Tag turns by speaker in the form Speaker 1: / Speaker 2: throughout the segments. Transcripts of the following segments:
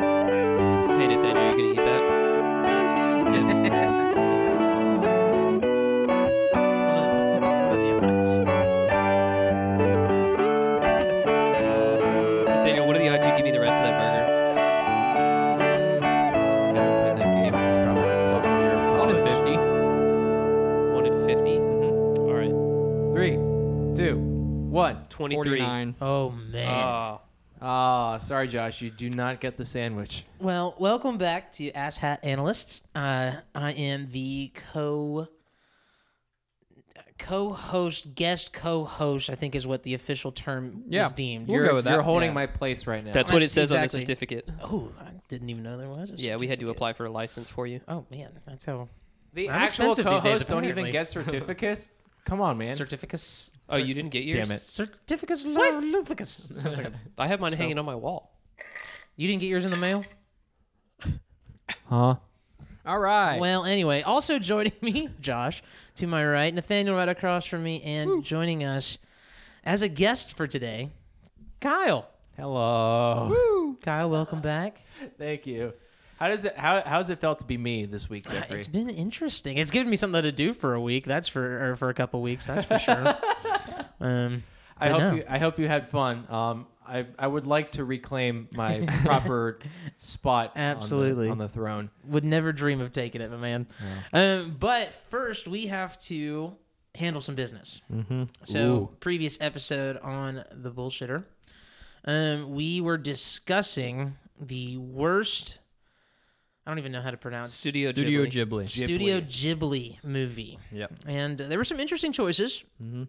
Speaker 1: Painted then, are you gonna eat that? Dibs. Daniel, what are the odds you give me the rest of that burger? One in fifty. One in 50 Mm-hmm. All right.
Speaker 2: Three, two, one.
Speaker 1: Twenty-three.
Speaker 2: Oh man.
Speaker 1: Ah.
Speaker 2: Ah, sorry, Josh. You do not get the sandwich.
Speaker 3: Well, welcome back to Ass Hat Analysts. Uh, I am the co co-host, guest co-host. I think is what the official term
Speaker 2: Yeah,
Speaker 3: was deemed.
Speaker 2: you're,
Speaker 1: go with that.
Speaker 2: You're holding
Speaker 3: Yeah.
Speaker 2: my place right now.
Speaker 1: that's what it
Speaker 3: That's
Speaker 1: says on
Speaker 3: exactly-
Speaker 1: the certificate.
Speaker 3: oh, I didn't even know there was. A
Speaker 1: Yeah, we had to
Speaker 3: certificate.
Speaker 1: apply for a license for you.
Speaker 3: Oh man, that's how
Speaker 2: the
Speaker 3: I'm
Speaker 2: actual
Speaker 3: expensive these days,
Speaker 2: co-hosts don't even
Speaker 3: apparently.
Speaker 2: get certificates. Come on, man.
Speaker 3: certificates.
Speaker 1: Oh, you didn't get yours.
Speaker 2: Damn it.
Speaker 3: Certificates. Luficus. Sounds like a-
Speaker 1: I have mine hanging on my wall.
Speaker 3: you didn't get yours in the mail.
Speaker 2: Huh?
Speaker 4: All right.
Speaker 3: Well, anyway, also joining me, Josh, to my right, Nathaniel right across from me, and joining us as a guest for today, Kyle.
Speaker 2: Hello.
Speaker 3: Kyle, welcome back.
Speaker 2: Thank you. How does it? How how's it felt to be me this week, Jeffrey?
Speaker 3: It's been interesting. It's given me something to do for a week. That's for or for a couple weeks. That's for sure. um,
Speaker 2: I
Speaker 3: I
Speaker 2: hope
Speaker 3: know.
Speaker 2: you. I hope you had fun. Um, I I would like to reclaim my proper spot. on the-
Speaker 3: Absolutely.
Speaker 2: on the, throne.
Speaker 3: would never dream of taking it, my man. Um, but first, we have to handle some business. Mm-hmm. So,
Speaker 2: Ooh.
Speaker 3: previous episode on the bullshitter, um, we were discussing the worst. I don't even know how to pronounce
Speaker 1: Studio
Speaker 4: Studio
Speaker 1: Ghibli.
Speaker 4: Ghibli.
Speaker 3: Studio Ghibli movie.
Speaker 4: Yep.
Speaker 3: And uh, there were some interesting choices.
Speaker 4: Mm-hmm.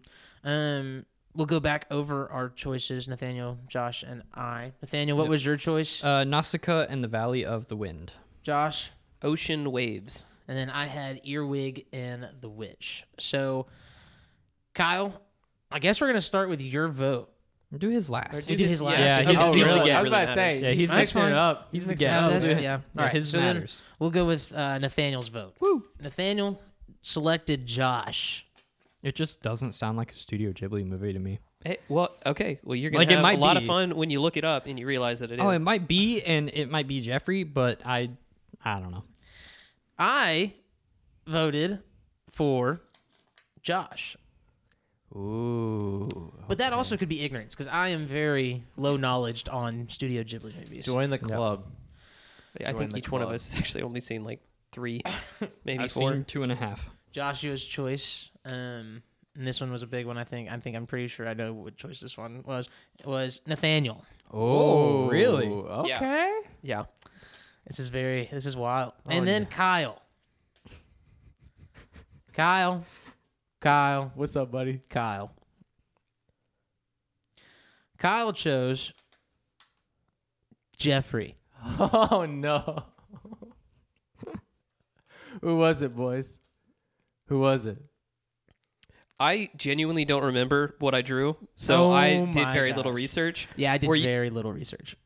Speaker 3: Um, we'll go back over our choices, Nathaniel, Josh, and I. Nathaniel, what was your choice?
Speaker 4: Uh, Nausicaa and the Valley of the Wind.
Speaker 3: Josh?
Speaker 1: Ocean waves.
Speaker 3: and then I had Earwig and The Witch. So, Kyle, I guess we're gonna start with your vote.
Speaker 4: Do his last.
Speaker 3: We did his last.
Speaker 1: Yeah,
Speaker 4: Yeah,
Speaker 1: his
Speaker 4: he's
Speaker 1: is
Speaker 4: just
Speaker 1: the
Speaker 4: the
Speaker 1: only
Speaker 4: really-
Speaker 1: guy
Speaker 2: Oh, I was
Speaker 1: really
Speaker 2: about to say.
Speaker 1: matters.
Speaker 4: Yeah, he's
Speaker 2: he's
Speaker 3: That's
Speaker 2: mixing
Speaker 3: fine.
Speaker 2: it up.
Speaker 4: He's the
Speaker 2: mixing it
Speaker 4: guest.
Speaker 2: up.
Speaker 3: Oh, that's-
Speaker 4: Yeah.
Speaker 3: yeah.
Speaker 4: Yeah,
Speaker 3: All right.
Speaker 4: his
Speaker 3: so then
Speaker 4: matters.
Speaker 3: we'll go with uh, Nathaniel's vote. Woo. Nathaniel selected Josh.
Speaker 4: It just doesn't sound like a Studio Ghibli movie to me.
Speaker 1: Hey, well, okay. Well, you're gonna
Speaker 4: Like, it
Speaker 1: have
Speaker 4: might
Speaker 1: a lot of
Speaker 4: be.
Speaker 1: fun when you look it up and you realize that it is.
Speaker 4: Oh, it might be, and it might be Jeffrey, but I, I don't know.
Speaker 3: I voted for Josh,
Speaker 2: Ooh.
Speaker 3: but that also could be ignorance because I am very low knowledged on Studio Ghibli movies.
Speaker 2: Join the club.
Speaker 1: I
Speaker 2: Join
Speaker 1: think
Speaker 2: the
Speaker 1: each one of
Speaker 2: club.
Speaker 1: us has actually only seen like three, maybe
Speaker 4: I've
Speaker 1: four.
Speaker 4: seen two and a half.
Speaker 3: Joshua's choice. Um, and this one was a big one. I think. I think I'm pretty sure I know what choice this one was. Was Nathaniel.
Speaker 2: Oh,
Speaker 4: really?
Speaker 2: Okay.
Speaker 1: Yeah. Yeah.
Speaker 3: This is very. This is wild. Oh, and then Kyle. Kyle. Kyle.
Speaker 2: What's up, buddy?
Speaker 3: Kyle. Kyle chose Jeffrey.
Speaker 2: Oh no. Who was it, boys? Who was it?
Speaker 1: I genuinely don't remember what I drew, so
Speaker 3: Oh
Speaker 1: I did
Speaker 3: my
Speaker 1: very little
Speaker 3: gosh.
Speaker 1: research.
Speaker 3: Yeah, I did
Speaker 1: Were you-
Speaker 3: very little research.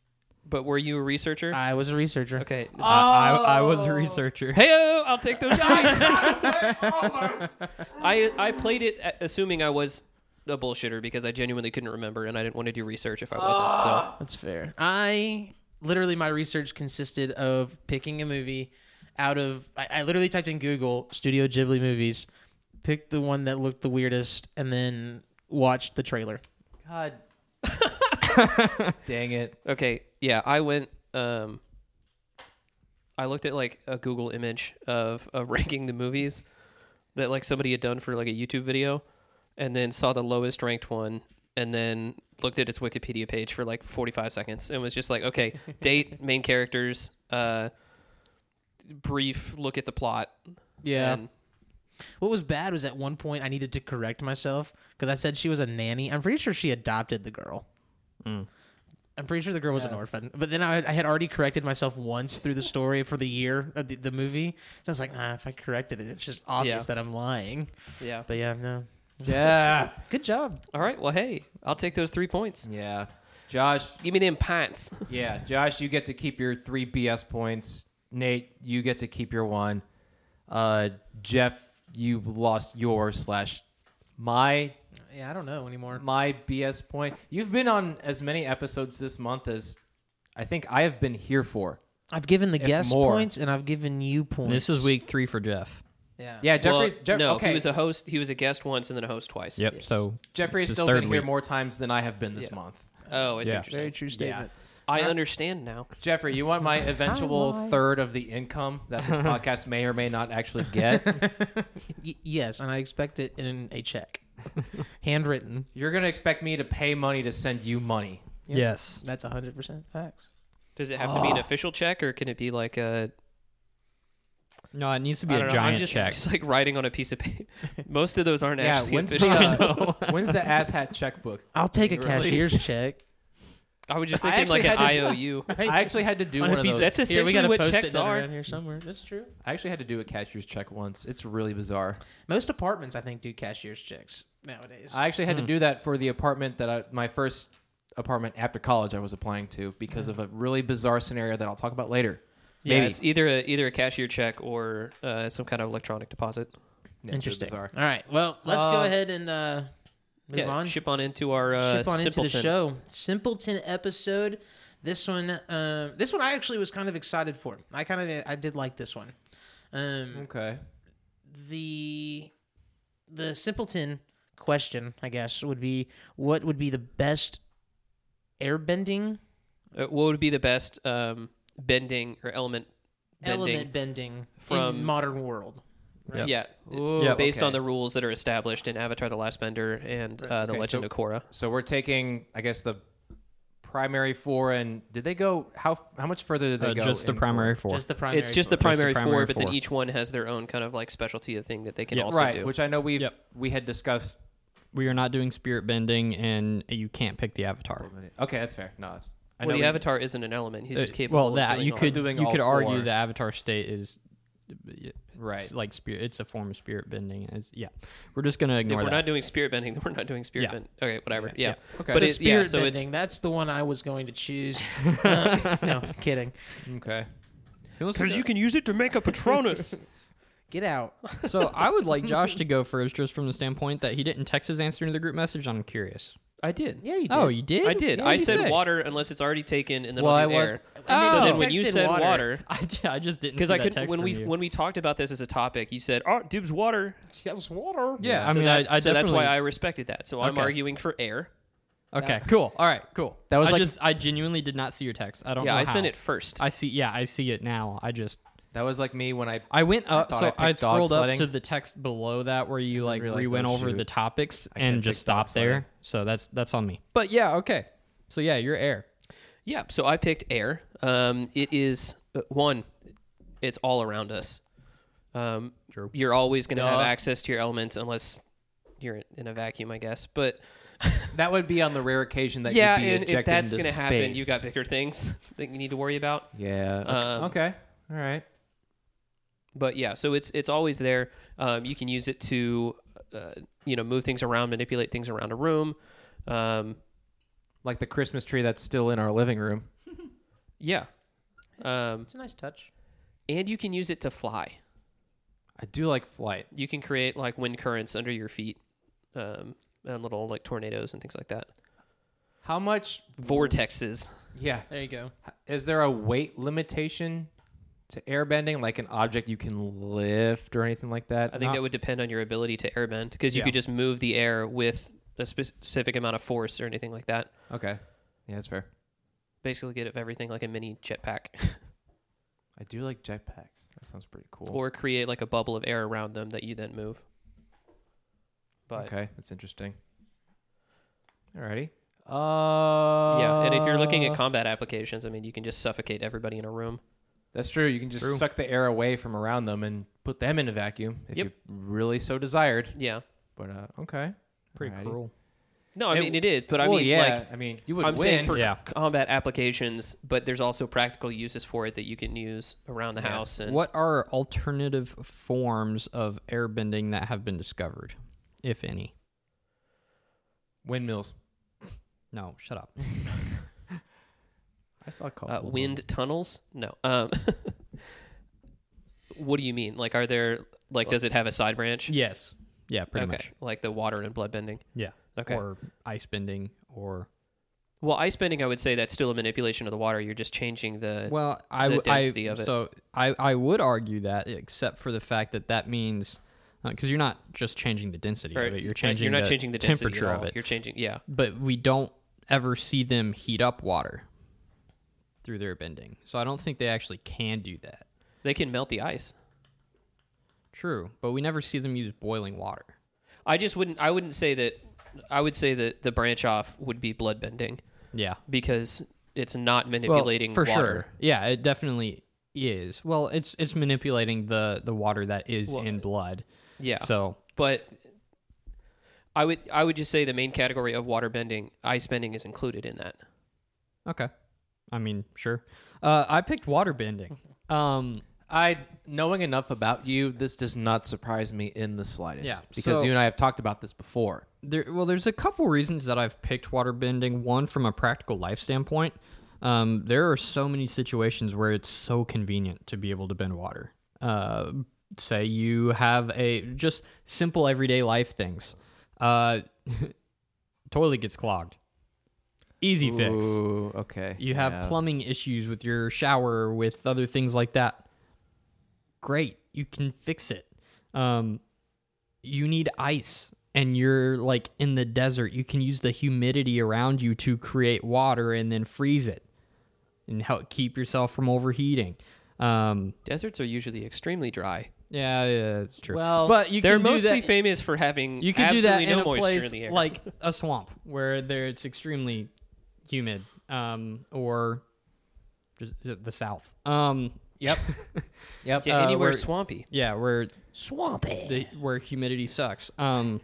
Speaker 1: But were you a researcher?
Speaker 3: I was a researcher.
Speaker 1: okay.
Speaker 4: I, I, I was a researcher.
Speaker 1: Hey, oh, I'll take those. I I played it a- assuming I was a bullshitter because I genuinely couldn't remember and I didn't want to do research if I wasn't. So
Speaker 3: That's fair. I literally my research consisted of picking a movie out of I, I literally typed in Google Studio Ghibli movies, picked the one that looked the weirdest, and then watched the trailer.
Speaker 2: God. Dang it.
Speaker 1: Okay, yeah, I went. Um, I looked at like a Google image of of ranking the movies that like somebody had done for like a YouTube video, and then saw the lowest ranked one, and then looked at its Wikipedia page for like forty five seconds, and was just like, okay, date, main characters, uh, brief look at the plot.
Speaker 2: Yeah.
Speaker 1: and-
Speaker 3: What was bad was at one point I needed to correct myself because I said she was a nanny. I'm pretty sure she adopted the girl. I'm pretty sure the girl was an orphan. But then I, I had already corrected myself once through the story for the year of the, the movie. So I was like, ah, if I corrected it, it's just obvious that I'm lying.
Speaker 1: yeah.
Speaker 3: But yeah, no.
Speaker 2: Yeah.
Speaker 3: Good job.
Speaker 1: All right. Well, hey, I'll take those three points.
Speaker 2: Yeah. Josh,
Speaker 1: Give me them pants.
Speaker 2: yeah, Josh, you get to keep your three BS points. Nate, you get to keep your one. Uh, Jeff, you lost your slash my
Speaker 3: Yeah, I don't know anymore.
Speaker 2: my BS point. You've been on as many episodes this month as I think I have been here for.
Speaker 3: I've given the
Speaker 2: If
Speaker 3: guest
Speaker 2: more.
Speaker 3: points and I've given you points.
Speaker 4: This is week three for Jeff.
Speaker 3: Yeah.
Speaker 2: Yeah, Jeffrey's
Speaker 1: Well,
Speaker 2: Jeff-
Speaker 1: no,
Speaker 2: okay.
Speaker 1: he was uh, a host. He was a guest once and then a host twice.
Speaker 4: Yep. So
Speaker 2: Jeffrey has
Speaker 4: this is
Speaker 2: still
Speaker 4: third
Speaker 2: been here
Speaker 4: week.
Speaker 2: more times than I have been this month.
Speaker 1: Oh, I see
Speaker 4: Yeah.
Speaker 1: what you're saying.
Speaker 3: true
Speaker 2: statement.
Speaker 1: I understand now.
Speaker 2: Jeffrey, you want my eventual
Speaker 3: Timeline.
Speaker 2: third of the income that this podcast may or may not actually get?
Speaker 3: Y- yes, and I expect it in a check, handwritten.
Speaker 2: You're going to expect me to pay money to send you money.
Speaker 4: Yes.
Speaker 3: That's hundred percent facts.
Speaker 1: Does it have to be an official check or can it be like a
Speaker 4: No, it needs to be
Speaker 1: I
Speaker 4: a
Speaker 1: don't know.
Speaker 4: giant
Speaker 1: I'm just,
Speaker 4: check.
Speaker 1: just like writing on a piece of paper. Most of those aren't
Speaker 2: yeah,
Speaker 1: actually
Speaker 2: when's
Speaker 1: official.
Speaker 2: the, uh,
Speaker 1: I,
Speaker 2: when's the asshat checkbook?
Speaker 3: I'll take a
Speaker 2: You released-
Speaker 3: cashier's check.
Speaker 1: was just
Speaker 2: I
Speaker 1: thinking like
Speaker 2: actually
Speaker 1: an
Speaker 2: had to-
Speaker 1: IOU.
Speaker 2: I actually had to do
Speaker 3: On a
Speaker 2: one of
Speaker 3: piece
Speaker 2: those.
Speaker 3: of-
Speaker 1: That's
Speaker 3: Here, we
Speaker 1: essentially
Speaker 3: got a
Speaker 1: what
Speaker 3: post-it
Speaker 1: checks
Speaker 3: note
Speaker 1: are.
Speaker 3: around here somewhere. That's true.
Speaker 2: I actually had to do a cashier's check once. It's really bizarre.
Speaker 3: Most apartments, I think, do cashier's checks nowadays.
Speaker 2: I actually had to do that for the apartment that I, my first apartment after college I was applying to because of a really bizarre scenario that I'll talk about later.
Speaker 1: Yeah,
Speaker 2: Maybe.
Speaker 1: it's either a, either a cashier check or uh, some kind of electronic deposit.
Speaker 2: Yeah, it's really
Speaker 3: Interesting. All
Speaker 2: bizarre.
Speaker 3: right. Well, let's
Speaker 2: Uh,
Speaker 3: go ahead and uh, move
Speaker 1: yeah,
Speaker 3: on.
Speaker 1: ship on into our uh,
Speaker 3: ship on into the
Speaker 1: simpleton.
Speaker 3: show. Simpleton episode. This one, um, this one I actually was kind of excited for. I kind of I did like this one. Um,
Speaker 2: Okay.
Speaker 3: the the simpleton question, I guess, would be what would be the best airbending
Speaker 1: Uh, what would be the best um, bending or element bending?
Speaker 3: element bending
Speaker 1: from-
Speaker 3: from modern world?
Speaker 4: Yep.
Speaker 1: Yeah,
Speaker 2: Ooh,
Speaker 4: Yeah,
Speaker 1: based
Speaker 2: okay.
Speaker 1: on the rules that are established in Avatar: The Last Bender and uh, The
Speaker 2: Okay,
Speaker 1: Legend
Speaker 2: so-
Speaker 1: of Korra.
Speaker 2: So we're taking, I guess, the primary four, and did they go how how much further did they
Speaker 4: Uh,
Speaker 2: go?
Speaker 4: just the
Speaker 2: in-
Speaker 4: primary four.
Speaker 3: Just the primary.
Speaker 1: It's just the
Speaker 3: four.
Speaker 1: primary, four,
Speaker 4: primary
Speaker 1: but then
Speaker 4: four.
Speaker 1: each one has their own kind of like specialty of thing that they can
Speaker 4: Yeah.
Speaker 1: also
Speaker 2: right,
Speaker 1: do.
Speaker 2: which I know we've
Speaker 4: Yep.
Speaker 2: we had discussed.
Speaker 4: we are not doing spirit bending, and you can't pick the avatar.
Speaker 2: Okay, that's fair. No, that's, I
Speaker 1: well,
Speaker 2: know
Speaker 1: the
Speaker 2: we-
Speaker 1: avatar isn't an element; he's
Speaker 4: Uh,
Speaker 1: just capable.
Speaker 4: well,
Speaker 1: of
Speaker 4: that
Speaker 1: doing
Speaker 4: you
Speaker 1: all
Speaker 4: could
Speaker 1: of it.
Speaker 2: Doing
Speaker 4: you
Speaker 2: all
Speaker 4: could
Speaker 2: four.
Speaker 4: argue the avatar state is
Speaker 2: right.
Speaker 4: like spirit. It's a form of spirit bending. It's, yeah, we're just gonna
Speaker 1: If
Speaker 4: ignore
Speaker 1: we're
Speaker 4: that.
Speaker 1: not doing spirit bending, then we're not doing spirit
Speaker 4: Yeah.
Speaker 1: bending. Okay, whatever. Yeah,
Speaker 2: Okay.
Speaker 1: but
Speaker 3: so
Speaker 1: it's
Speaker 3: spirit
Speaker 1: yeah. So
Speaker 3: bending,
Speaker 1: it's
Speaker 3: that's the one I was going to choose. Uh, no, kidding.
Speaker 2: Okay.
Speaker 1: can use it to make a Patronus.
Speaker 3: Get out.
Speaker 4: so I would like Josh to go first, just from the standpoint that he didn't text his answer into the group message. I'm curious.
Speaker 1: I did.
Speaker 3: Yeah, you did.
Speaker 4: Oh, you did?
Speaker 1: I did.
Speaker 4: Yeah,
Speaker 1: I
Speaker 4: you
Speaker 1: said
Speaker 4: sick.
Speaker 1: water unless it's already taken, and then
Speaker 2: Well,
Speaker 1: I'll
Speaker 2: I
Speaker 1: do
Speaker 2: was-
Speaker 1: air.
Speaker 4: Oh.
Speaker 1: So
Speaker 4: you
Speaker 1: then when you
Speaker 3: texted
Speaker 1: said
Speaker 3: water.
Speaker 1: water,
Speaker 4: I, d- I just didn't
Speaker 1: because
Speaker 4: see
Speaker 1: I
Speaker 4: that
Speaker 1: couldn't
Speaker 4: text
Speaker 1: when
Speaker 4: from
Speaker 1: we
Speaker 4: you.
Speaker 1: when we talked about this as a topic, you said, "Oh, dibs water."
Speaker 3: That was water.
Speaker 4: yeah, I
Speaker 1: so
Speaker 4: mean, I, I
Speaker 1: that's, so that's why I
Speaker 4: definitely-
Speaker 1: respected that. So I'm
Speaker 4: Okay.
Speaker 1: arguing for air.
Speaker 4: Okay, cool. All right, cool.
Speaker 2: That was
Speaker 4: I
Speaker 2: like-
Speaker 4: just I genuinely did not see your text. I don't.
Speaker 1: Yeah,
Speaker 4: know
Speaker 1: I sent
Speaker 4: how.
Speaker 1: it first.
Speaker 4: I see. Yeah, I see it now. I just
Speaker 2: That was like me when I
Speaker 4: I went up,
Speaker 2: thought I
Speaker 4: so
Speaker 2: picked
Speaker 4: I,
Speaker 2: dog
Speaker 4: scrolled up
Speaker 2: sledding.
Speaker 4: to the text below that where you like
Speaker 2: realize
Speaker 4: re went
Speaker 2: that-
Speaker 4: over the
Speaker 2: shoot.
Speaker 4: topics
Speaker 2: can't
Speaker 4: and just
Speaker 2: pick dog
Speaker 4: stopped there. So that's that's on me. But yeah, okay. So yeah, you're air.
Speaker 1: yeah. So I picked air. Um, it is uh, one. It's all around us. Um,
Speaker 4: True.
Speaker 1: You're always going to have
Speaker 2: Duh.
Speaker 1: access to your elements unless you're in a vacuum, I guess. But
Speaker 2: that would be on the rare occasion that
Speaker 1: yeah,
Speaker 2: you'd be
Speaker 1: and
Speaker 2: ejected
Speaker 1: if that's
Speaker 2: into
Speaker 1: going to happen, you got
Speaker 2: space.
Speaker 1: bigger things that you need to worry about.
Speaker 2: Yeah. Okay.
Speaker 1: Um,
Speaker 2: okay. All right.
Speaker 1: but yeah, so it's it's always there. Um, you can use it to, uh, you know, move things around, manipulate things around a room. Um,
Speaker 2: Like the Christmas tree that's still in our living room.
Speaker 1: yeah, um,
Speaker 3: It's a nice touch.
Speaker 1: and you can use it to fly.
Speaker 2: I do like flight.
Speaker 1: You can create like wind currents under your feet, um, and little like tornadoes and things like that.
Speaker 2: How much?
Speaker 1: Vortexes.
Speaker 2: Yeah.
Speaker 3: There you go.
Speaker 2: Is there a weight limitation to airbending, like an object you can lift or anything like that?
Speaker 1: I think
Speaker 4: Not-
Speaker 1: that would depend on your ability to airbend because you
Speaker 4: Yeah.
Speaker 1: could just move the air with a specific amount of force or anything like that.
Speaker 2: Okay. Yeah, that's fair.
Speaker 1: Basically, get everything like a mini jetpack,
Speaker 2: I do like jetpacks. That sounds pretty cool.
Speaker 1: or create like a bubble of air around them that you then move. But
Speaker 2: okay, that's interesting. Alrighty. Uh,
Speaker 1: Yeah, and if you're looking at combat applications, I mean, you can just suffocate everybody in a room.
Speaker 2: that's true. You can just
Speaker 4: True.
Speaker 2: suck the air away from around them and put them in a vacuum if
Speaker 1: Yep.
Speaker 2: you really so desired.
Speaker 1: Yeah.
Speaker 2: But uh, okay,
Speaker 4: Pretty
Speaker 2: Alrighty.
Speaker 4: cruel.
Speaker 1: No, I
Speaker 2: It-
Speaker 1: mean it is, but I
Speaker 2: Well,
Speaker 1: mean
Speaker 2: yeah,
Speaker 1: like
Speaker 2: I mean, you would
Speaker 1: I'm
Speaker 2: win.
Speaker 1: saying for
Speaker 4: Yeah.
Speaker 1: combat applications, but there's also practical uses for it that you can use around the
Speaker 2: Yeah.
Speaker 1: house and
Speaker 4: What are alternative forms of airbending that have been discovered, if any?
Speaker 2: windmills.
Speaker 4: No, shut up.
Speaker 2: I saw a couple.
Speaker 1: uh,
Speaker 2: of them.
Speaker 1: wind tunnels. No. Um, what do you mean? Like, are there like, does it have a side branch?
Speaker 4: yes. Yeah, pretty
Speaker 1: okay.
Speaker 4: much.
Speaker 1: Like the water and blood bending.
Speaker 4: Yeah.
Speaker 1: Okay.
Speaker 4: Or ice bending or
Speaker 1: well, ice bending, I would say that's still a manipulation of the water. You're just changing the.
Speaker 4: well, I
Speaker 1: the
Speaker 4: w- I-
Speaker 1: density of it.
Speaker 4: so I I would argue that except for the fact that that means because you're not just changing the density
Speaker 1: or- uh,
Speaker 4: of it, you're changing
Speaker 1: You're not
Speaker 4: the
Speaker 1: changing the density at
Speaker 4: temperature of
Speaker 1: all.
Speaker 4: it.
Speaker 1: You're changing. Yeah.
Speaker 4: but we don't ever see them heat up water through their bending. So I don't think they actually can do that.
Speaker 1: They can melt the ice.
Speaker 4: True, but we never see them use boiling water.
Speaker 1: I just wouldn't. I wouldn't say that. I would say that the branch off would be blood bending
Speaker 4: Yeah.
Speaker 1: because it's not manipulating
Speaker 4: for
Speaker 1: water.
Speaker 4: sure. Yeah, it definitely is. Well, it's it's manipulating the the water that is
Speaker 1: Well,
Speaker 4: in blood.
Speaker 1: Yeah.
Speaker 4: So
Speaker 1: but I would I would just say the main category of water bending, ice bending is included in that.
Speaker 4: okay, I mean sure. Uh, I picked water bending. Um,
Speaker 2: I knowing enough about you, this does not surprise me in the slightest.
Speaker 4: Yeah,
Speaker 2: because
Speaker 4: so-
Speaker 2: you and I have talked about this before.
Speaker 4: there well there's a couple reasons that i've picked water bending one from a practical life standpoint um, there are so many situations where it's so convenient to be able to bend water uh, say you have a just simple everyday life things uh, toilet gets clogged easy fix
Speaker 2: Ooh, okay.
Speaker 4: you have
Speaker 2: yeah.
Speaker 4: plumbing issues with your shower with other things like that great you can fix it um you need ice and you're like in the desert you can use the humidity around you to create water and then freeze it and help keep yourself from overheating um
Speaker 1: Deserts are usually extremely dry.
Speaker 4: yeah, yeah that's true
Speaker 2: Well,
Speaker 4: but you
Speaker 1: They're
Speaker 4: can do
Speaker 1: mostly
Speaker 4: that-
Speaker 1: famous for having
Speaker 4: you can do that
Speaker 1: absolutely
Speaker 4: in
Speaker 1: no
Speaker 4: a
Speaker 1: moisture
Speaker 4: place
Speaker 1: in the air.
Speaker 4: like a swamp where there it's extremely humid, um, or just the south. Um,
Speaker 2: Yep. yep.
Speaker 1: yeah,
Speaker 4: uh,
Speaker 1: anywhere
Speaker 4: where-
Speaker 1: swampy.
Speaker 4: yeah, where
Speaker 3: Swampy.
Speaker 4: the where humidity sucks. Um,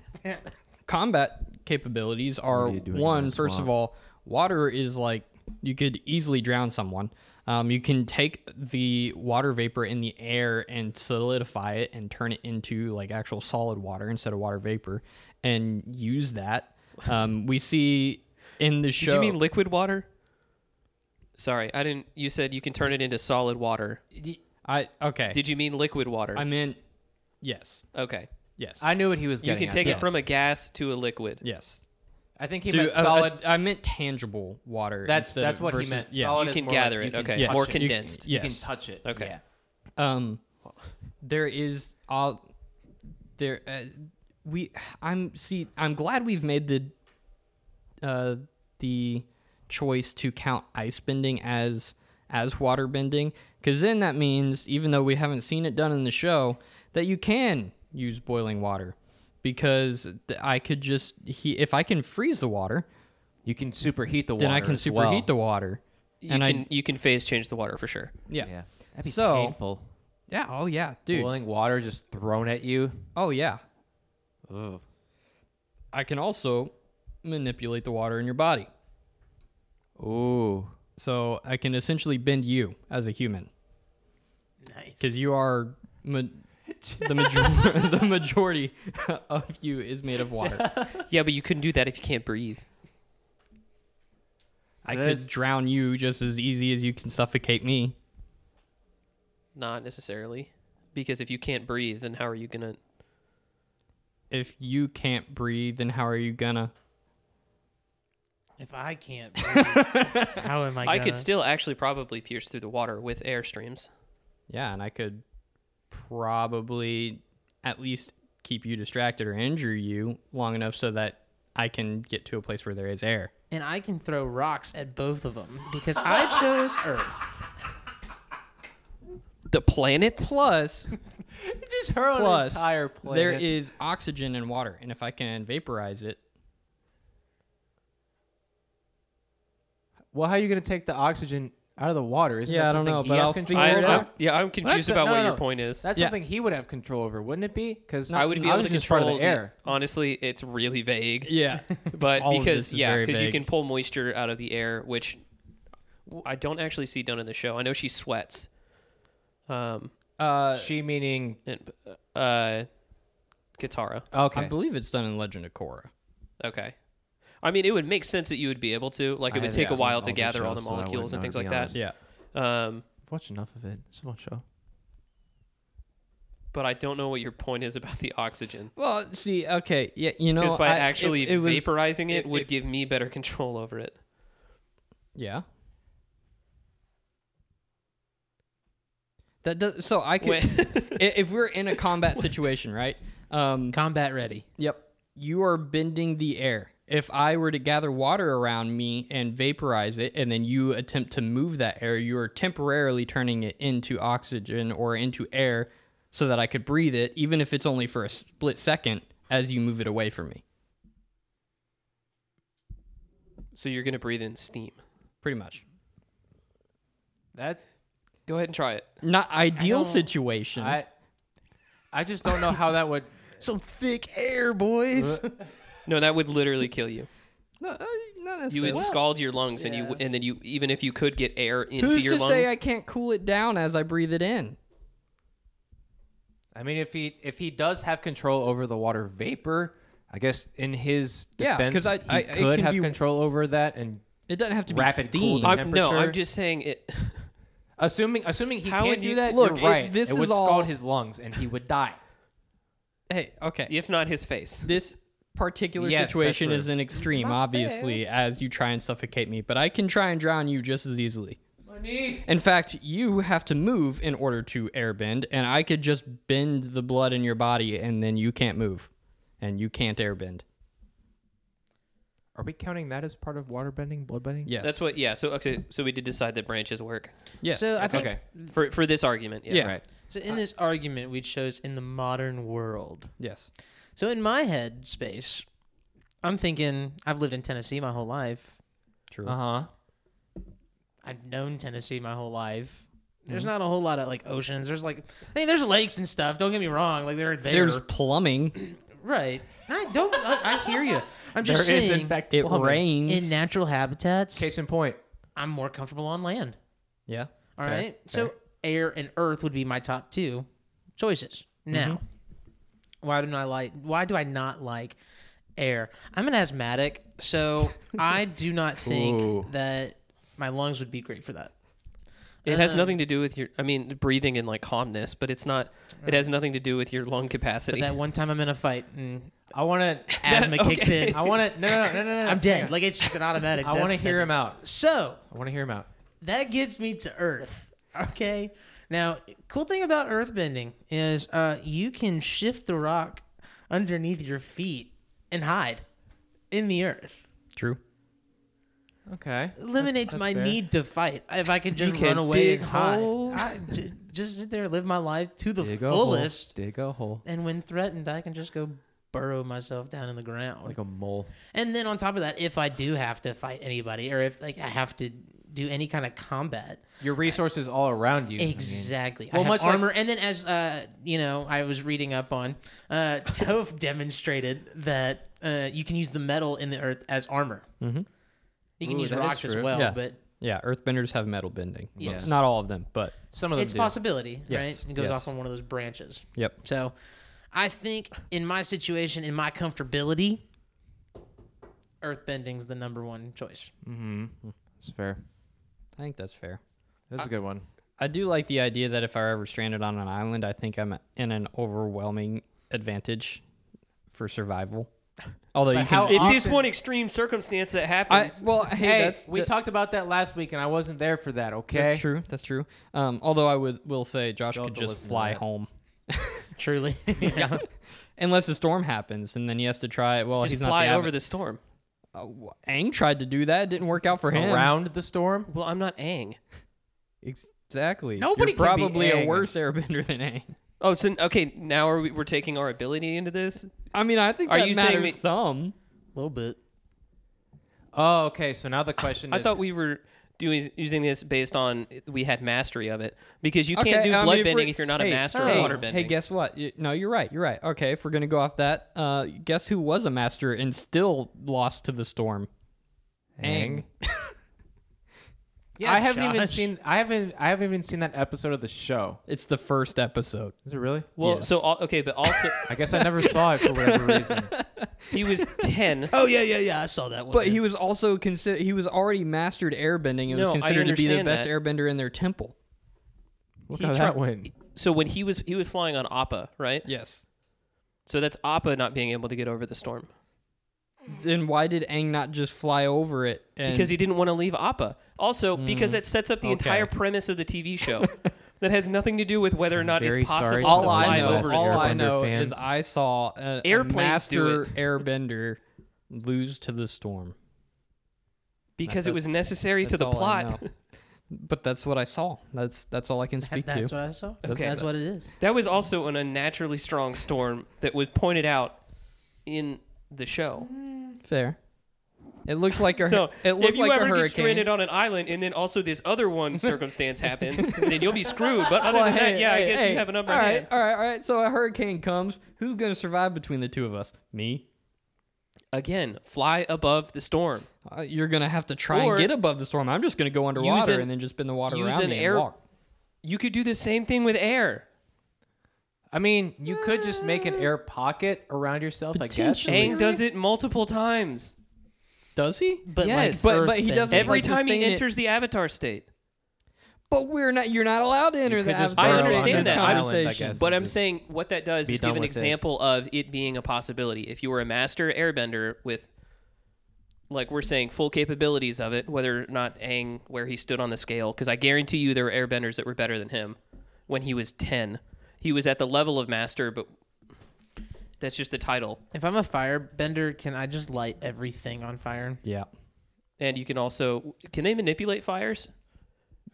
Speaker 4: combat capabilities are
Speaker 2: are you doing in
Speaker 4: one.
Speaker 2: a
Speaker 4: First of
Speaker 2: swamp?
Speaker 4: all, water is like you could easily drown someone. Um, you can take the water vapor in the air and solidify it and turn it into like actual solid water instead of water vapor, and use that. Um, we see in the show.
Speaker 1: Did you mean liquid water? Sorry, I didn't you said you can turn it into solid water.
Speaker 4: I okay?
Speaker 1: Did you mean liquid water?
Speaker 4: I meant yes,
Speaker 1: okay.
Speaker 4: yes,
Speaker 2: I knew what he was
Speaker 1: You
Speaker 2: getting.
Speaker 1: can
Speaker 2: at.
Speaker 1: take
Speaker 2: Yes.
Speaker 1: it from a gas to a liquid.
Speaker 4: yes.
Speaker 2: I think he
Speaker 4: To-
Speaker 2: meant
Speaker 4: uh, uh,
Speaker 2: solid.
Speaker 4: I meant tangible water.
Speaker 2: that's
Speaker 4: instead
Speaker 2: that's
Speaker 4: of
Speaker 2: what
Speaker 4: versus-
Speaker 2: he meant.
Speaker 4: Yeah.
Speaker 2: Solid
Speaker 1: You
Speaker 2: is
Speaker 1: can
Speaker 2: more
Speaker 1: gather it,
Speaker 2: like you can
Speaker 1: okay.
Speaker 2: touch
Speaker 1: More
Speaker 2: it.
Speaker 1: condensed.
Speaker 2: You,
Speaker 4: Yes.
Speaker 2: can touch it.
Speaker 1: Okay.
Speaker 2: Yeah.
Speaker 4: Um, there is all there. Uh, we I'm see. I'm glad we've made the uh the choice to count ice bending as as water bending because then that means even though we haven't seen it done in the show that you can use boiling water because th- I could just he if I can freeze the water
Speaker 2: You can superheat the water.
Speaker 4: then I can
Speaker 2: as well.
Speaker 4: superheat the water
Speaker 1: You
Speaker 4: and
Speaker 1: can
Speaker 4: I
Speaker 1: you can phase change the water for sure.
Speaker 4: yeah.
Speaker 2: Yeah. That'd be
Speaker 4: So-
Speaker 2: painful.
Speaker 4: yeah oh yeah dude
Speaker 2: Boiling water just thrown at you.
Speaker 4: oh yeah
Speaker 2: Ugh.
Speaker 4: I can also manipulate the water in your body.
Speaker 2: Ooh.
Speaker 4: So I can essentially bend you as a human
Speaker 3: Nice.
Speaker 4: because you are ma- the, major- the majority of you is made of water.
Speaker 1: Yeah, but you couldn't do that if you can't breathe.
Speaker 4: I
Speaker 2: That
Speaker 4: could
Speaker 2: is-
Speaker 4: drown you just as easy as you can suffocate me.
Speaker 1: Not necessarily. Because if you can't breathe, then how are you gonna
Speaker 4: If you can't breathe, then how are you gonna?
Speaker 3: If I can't, breathe, how am I?
Speaker 1: I
Speaker 3: Gonna?
Speaker 1: could still actually probably pierce through the water with air streams.
Speaker 4: Yeah, and I could probably at least keep you distracted or injure you long enough so that I can get to a place where there is air.
Speaker 3: and I can throw rocks at both of them because I chose Earth.
Speaker 1: The planet?
Speaker 4: Plus,
Speaker 2: Just hurl
Speaker 4: Plus,
Speaker 2: entire planet.
Speaker 4: there is oxygen in water, and if I can vaporize it,
Speaker 2: Well, how are you going to take the oxygen out of the water? Isn't
Speaker 4: Yeah,
Speaker 2: that
Speaker 4: I don't
Speaker 2: something
Speaker 4: know,
Speaker 2: he
Speaker 4: but
Speaker 2: has
Speaker 4: I'll
Speaker 2: control
Speaker 4: figure
Speaker 1: I,
Speaker 4: it
Speaker 2: over?
Speaker 4: out.
Speaker 1: I'm, yeah, I'm confused
Speaker 2: That's-
Speaker 1: about
Speaker 2: no,
Speaker 1: what
Speaker 2: no.
Speaker 1: your point is.
Speaker 2: That's
Speaker 4: Yeah.
Speaker 2: something he would have control over, wouldn't it be? Because
Speaker 1: I would be able to
Speaker 2: oxygen's
Speaker 1: control
Speaker 2: part of the air.
Speaker 1: Honestly, it's really vague.
Speaker 4: yeah,
Speaker 1: But
Speaker 4: All of
Speaker 1: because
Speaker 4: this is
Speaker 1: yeah,
Speaker 4: very
Speaker 1: because you
Speaker 4: vague.
Speaker 1: can pull moisture out of the air, which I don't actually see done in the show. I know she sweats. Um,
Speaker 4: uh,
Speaker 2: she meaning
Speaker 1: and, uh, Katara.
Speaker 2: okay.
Speaker 4: I believe it's done in Legend of Korra.
Speaker 1: Okay. I mean, it would make sense that you would be able to. Like,
Speaker 2: I
Speaker 1: it would
Speaker 2: haven't
Speaker 1: take a
Speaker 2: seen
Speaker 1: while
Speaker 2: all
Speaker 1: to
Speaker 2: the
Speaker 1: gather all the
Speaker 2: shows, so I
Speaker 1: molecules
Speaker 2: wouldn't
Speaker 1: and things Um,
Speaker 2: know, to
Speaker 1: like
Speaker 2: be
Speaker 1: that.
Speaker 2: honest.
Speaker 4: Yeah,
Speaker 1: Um,
Speaker 2: I've watched enough of it. It's a fun show.
Speaker 1: but I don't know what your point is about the oxygen.
Speaker 4: Well, see, okay, yeah, you know,
Speaker 1: Because by
Speaker 4: I-
Speaker 1: actually
Speaker 4: it, it was-
Speaker 1: vaporizing it,
Speaker 4: it-
Speaker 1: would
Speaker 4: it-
Speaker 1: give me better control over it.
Speaker 4: yeah. That does so. I could
Speaker 1: Wait.
Speaker 4: i- if we're in a combat situation, right? Um,
Speaker 3: Combat ready.
Speaker 4: Yep. You are bending the air. If I were to gather water around me and vaporize it, and then you attempt to move that air, you are temporarily turning it into oxygen or into air so that I could breathe it, even if it's only for a split second as you move it away from me.
Speaker 1: so you're gonna breathe in steam.
Speaker 4: Pretty much.
Speaker 2: That
Speaker 1: Go ahead and try it.
Speaker 4: Not ideal
Speaker 2: don't-
Speaker 4: situation.
Speaker 2: I I just don't know how that would
Speaker 3: Some thick air,
Speaker 1: Uh.
Speaker 3: boys.
Speaker 1: No, that would literally kill you.
Speaker 4: no, uh, not
Speaker 1: You would
Speaker 4: necessarily.
Speaker 1: scald your lungs, and you and then you even if you could get air into
Speaker 4: Who's
Speaker 1: your
Speaker 4: to
Speaker 1: lungs,
Speaker 4: say I can't cool it down as I breathe it in?
Speaker 2: I mean if he if he does have control over the water vapor, I guess in his
Speaker 4: Yeah,
Speaker 2: defense
Speaker 4: 'cause I-
Speaker 2: he
Speaker 4: I- it
Speaker 2: could
Speaker 4: can
Speaker 2: have
Speaker 4: be-
Speaker 2: control over that and
Speaker 4: It doesn't have to be
Speaker 2: Rapid cool
Speaker 4: steam.
Speaker 2: down.
Speaker 1: I'm, no,
Speaker 2: temperature?
Speaker 1: I'm just saying it.
Speaker 2: assuming assuming he
Speaker 1: How
Speaker 2: can
Speaker 1: would
Speaker 2: do
Speaker 1: you-
Speaker 2: that, you're
Speaker 4: Look, it-
Speaker 2: right.
Speaker 4: this
Speaker 2: it would
Speaker 4: is all-
Speaker 2: scald his lungs and he would die.
Speaker 4: Hey, okay.
Speaker 1: If not his face,
Speaker 4: this particular
Speaker 2: Yes, that's
Speaker 4: situation
Speaker 2: true.
Speaker 4: is an extreme, obviously, as you try and suffocate me, but I can try and drown you just as easily. In fact, you have to move in order to airbend, and I could just bend the blood in your body, and then you can't move, and you can't airbend.
Speaker 2: Are we counting that as part of water bending, blood bending?
Speaker 4: Yes,
Speaker 1: that's what. Yeah. So okay. So we did decide that branches work
Speaker 4: Yes,
Speaker 3: So I think
Speaker 2: Okay.
Speaker 1: for for this argument. Yeah.
Speaker 4: Yeah.
Speaker 2: Right.
Speaker 3: so. In this argument, we chose in the modern world.
Speaker 4: yes.
Speaker 3: So in my head space, I'm thinking I've lived in Tennessee my whole life.
Speaker 4: True.
Speaker 2: Uh-huh.
Speaker 3: I've known Tennessee my whole life. There's
Speaker 2: Hmm.
Speaker 3: not a whole lot of like oceans. There's like I mean, there's lakes and stuff. Don't get me wrong. Like they're there.
Speaker 4: There's plumbing.
Speaker 3: right. I don't. I, I hear you. I'm
Speaker 2: There
Speaker 3: just
Speaker 2: is
Speaker 3: saying.
Speaker 2: in fact
Speaker 4: It
Speaker 2: plumbing.
Speaker 4: rains.
Speaker 3: in natural habitats,
Speaker 2: Case in point.
Speaker 3: I'm more comfortable on land.
Speaker 4: yeah.
Speaker 3: All right. So air and earth would be my top two choices.
Speaker 2: Mm-hmm.
Speaker 3: Now, why do I like? Why do I not like air? I'm an asthmatic, so I do not think
Speaker 2: Ooh.
Speaker 3: that my lungs would be great for that.
Speaker 1: It has
Speaker 3: Um,
Speaker 1: nothing to do with your. I mean, breathing and like calmness, but it's not. It has nothing to do with your lung capacity.
Speaker 3: That one time I'm in a fight and
Speaker 2: I want to
Speaker 3: asthma kicks in.
Speaker 2: I want to no no no no no.
Speaker 3: I'm dead. Like it's just an automatic.
Speaker 2: I
Speaker 3: death
Speaker 2: wanna hear him
Speaker 3: sentence.
Speaker 2: out.
Speaker 3: So
Speaker 2: I want to hear him out.
Speaker 3: that gets me to Earth. Okay. Now, cool thing about earth bending is uh, you can shift the rock underneath your feet and hide in the earth.
Speaker 4: True.
Speaker 2: Okay.
Speaker 3: Eliminates
Speaker 2: that's
Speaker 3: my
Speaker 2: fair.
Speaker 3: need to fight if I can just
Speaker 1: You
Speaker 3: run
Speaker 1: can
Speaker 3: away
Speaker 1: dig
Speaker 3: and hide.
Speaker 1: holes.
Speaker 3: I j- just sit there, live my life to the
Speaker 2: Dig a hole.
Speaker 3: fullest,
Speaker 2: Dig a hole.
Speaker 3: and when threatened, I can just go burrow myself down in the ground.
Speaker 2: Like a mole.
Speaker 3: And then on top of that, if I do have to fight anybody or if like I have to do any kind of combat,
Speaker 2: Your resources all around you. I mean.
Speaker 3: exactly.
Speaker 2: Well,
Speaker 3: I have
Speaker 2: much like-
Speaker 3: armor, and then as uh, you know, I was reading up on uh, Toph demonstrated that uh, you can use the metal in the earth as armor. Mm-hmm. You can
Speaker 2: Ooh,
Speaker 3: use
Speaker 2: that is
Speaker 3: rocks as
Speaker 2: true.
Speaker 3: well,
Speaker 4: Yeah.
Speaker 3: but
Speaker 4: Yeah, earthbenders have metal bending.
Speaker 3: Yes.
Speaker 4: Not all of them, but
Speaker 2: Some of them
Speaker 3: it's a
Speaker 2: do.
Speaker 3: possibility,
Speaker 4: Yes,
Speaker 3: right? It goes
Speaker 4: yes.
Speaker 3: off on one of those branches.
Speaker 4: yep.
Speaker 3: So, I think in my situation, in my comfortability, earthbending's the number one choice.
Speaker 2: It's Mm-hmm. fair.
Speaker 4: I think that's fair.
Speaker 2: That's a good one.
Speaker 4: I do like the idea that if I were ever stranded on an island, I think I'm in an overwhelming advantage for survival. Although you
Speaker 2: But
Speaker 4: can,
Speaker 2: how
Speaker 1: If there's
Speaker 2: often-
Speaker 1: one extreme circumstance that
Speaker 4: I,
Speaker 1: happens,
Speaker 4: well, hey,
Speaker 2: Hey,
Speaker 4: that's,
Speaker 2: we
Speaker 4: that-
Speaker 2: talked about that last week, and I wasn't there for that. Okay.
Speaker 4: that's true. That's true. Um, although I would will say Josh
Speaker 2: Still have
Speaker 4: could
Speaker 2: to
Speaker 4: just
Speaker 2: listen to
Speaker 4: fly
Speaker 2: that.
Speaker 4: home.
Speaker 3: Truly,
Speaker 4: yeah. Unless a storm happens, and then he has to try. Well,
Speaker 1: just
Speaker 4: Oh, he's
Speaker 1: fly
Speaker 4: not
Speaker 1: over the storm.
Speaker 4: the. Ang tried to do that. It didn't work out for him.
Speaker 2: Around the storm.
Speaker 1: Well, I'm not Aang.
Speaker 4: Exactly.
Speaker 2: Nobody
Speaker 4: You're
Speaker 2: can be
Speaker 4: probably a
Speaker 2: Aang.
Speaker 4: worse airbender than Aang.
Speaker 1: Oh, so okay. Now are we, we're taking our ability into this?
Speaker 4: I mean, I think
Speaker 1: Are
Speaker 4: that
Speaker 1: you saying
Speaker 4: matters
Speaker 1: that-
Speaker 4: some.
Speaker 3: a little bit.
Speaker 2: Oh, okay. So now the question
Speaker 1: I
Speaker 2: is.
Speaker 1: thought we were doing using this based on we had mastery of it because you
Speaker 4: Okay,
Speaker 1: can't do
Speaker 4: I mean,
Speaker 1: blood
Speaker 4: if
Speaker 1: bending
Speaker 4: we're-
Speaker 1: if you're not
Speaker 4: hey,
Speaker 1: a master
Speaker 4: hey,
Speaker 1: of water bending.
Speaker 4: Hey, guess what? You- no, you're right. You're right. Okay, if we're gonna go off that, uh, guess who was a master and still lost to the storm?
Speaker 2: Aang.
Speaker 3: Yeah,
Speaker 2: I haven't even
Speaker 3: Josh.
Speaker 2: seen. I haven't. I haven't even seen that episode of the show.
Speaker 4: It's the first episode.
Speaker 2: Is it really?
Speaker 1: well,
Speaker 4: yes.
Speaker 1: so al- okay, but also
Speaker 2: I guess I never saw it for whatever reason.
Speaker 1: he was ten.
Speaker 3: Oh yeah, yeah, yeah. I saw that one.
Speaker 4: But he was also considered. He was already mastered airbending and
Speaker 1: No, I
Speaker 4: was considered to be the
Speaker 1: understand
Speaker 4: best
Speaker 1: that.
Speaker 4: airbender in their temple.
Speaker 2: Look
Speaker 1: He
Speaker 2: how
Speaker 1: tri-
Speaker 2: that went.
Speaker 1: so when he was he was flying on Appa, right?
Speaker 4: Yes.
Speaker 1: So that's Appa not being able to get over the storm
Speaker 4: Then why did Aang not just fly over it? And Hmm.
Speaker 1: because he didn't want to leave Appa. Also, because that sets up the
Speaker 4: okay.
Speaker 1: entire premise of the TV show that has nothing to do with whether or not
Speaker 2: very
Speaker 1: it's
Speaker 2: sorry
Speaker 1: possible
Speaker 2: to
Speaker 1: to
Speaker 2: It's a
Speaker 4: all
Speaker 1: fly
Speaker 4: I know,
Speaker 1: over a
Speaker 2: Airbender
Speaker 4: all
Speaker 1: storm.
Speaker 4: I know
Speaker 2: fans.
Speaker 4: is I saw a, a
Speaker 1: Airplanes do
Speaker 4: master
Speaker 1: it.
Speaker 4: airbender lose to the storm.
Speaker 1: because it was
Speaker 4: That's-
Speaker 1: necessary to
Speaker 4: that's
Speaker 1: the
Speaker 4: all I
Speaker 1: plot.
Speaker 4: know. But that's what I saw. That's that's all I can
Speaker 3: That-
Speaker 4: speak
Speaker 3: that's
Speaker 4: to.
Speaker 3: what I saw.
Speaker 1: That's-
Speaker 3: That's what it is.
Speaker 1: That was also an unnaturally strong storm that was pointed out in the show.
Speaker 4: Fair. It looked like a
Speaker 1: So
Speaker 4: it looked
Speaker 1: if you
Speaker 4: like
Speaker 1: ever
Speaker 4: a
Speaker 1: get
Speaker 4: hurricane.
Speaker 1: stranded on an island and then also this other one circumstance happens, then you'll be screwed. But other
Speaker 4: Well,
Speaker 1: than that,
Speaker 4: hey,
Speaker 1: yeah, I
Speaker 4: hey,
Speaker 1: guess
Speaker 4: hey,
Speaker 1: you have an upper
Speaker 4: all right,
Speaker 1: hand.
Speaker 4: All right, all right. So a hurricane comes. Who's going to survive between the two of us? Me.
Speaker 1: Again, fly above the storm.
Speaker 4: Uh, you're going to have to try
Speaker 1: Or-
Speaker 4: and get above the storm. I'm just going to go underwater
Speaker 1: an-
Speaker 4: and then just spin the water
Speaker 1: use
Speaker 4: around
Speaker 1: an
Speaker 4: me
Speaker 1: air-
Speaker 4: and walk.
Speaker 1: You could do the same thing with air.
Speaker 2: I mean, you could just make an air pocket around yourself, I guess.
Speaker 4: Potentially.
Speaker 1: Aang does it multiple times.
Speaker 4: Does he?
Speaker 3: But
Speaker 1: Yes.
Speaker 3: like,
Speaker 4: But- but he
Speaker 3: Earth
Speaker 4: doesn't-
Speaker 3: bending.
Speaker 1: Every
Speaker 4: like
Speaker 1: time he
Speaker 4: sustain it-
Speaker 1: enters the avatar state.
Speaker 4: But we're not. You're not allowed to enter
Speaker 2: could
Speaker 4: that.
Speaker 2: just
Speaker 1: I
Speaker 2: burrow
Speaker 1: understand
Speaker 2: under
Speaker 1: that.
Speaker 2: the
Speaker 1: I'm
Speaker 2: island, I guess,
Speaker 1: But
Speaker 2: and
Speaker 1: I'm
Speaker 2: just-
Speaker 1: saying what that does
Speaker 2: be
Speaker 1: is
Speaker 2: done
Speaker 1: give an
Speaker 2: with it.
Speaker 1: example of it being a possibility. If you were a master airbender with, like we're saying, full capabilities of it, whether or not Aang, where he stood on the scale, because I guarantee you there were airbenders that were better than him when he was 10. He was at the level of master, but that's just the title.
Speaker 3: If I'm a firebender, can I just light everything on fire?
Speaker 4: Yeah.
Speaker 1: And you can also, can they manipulate fires?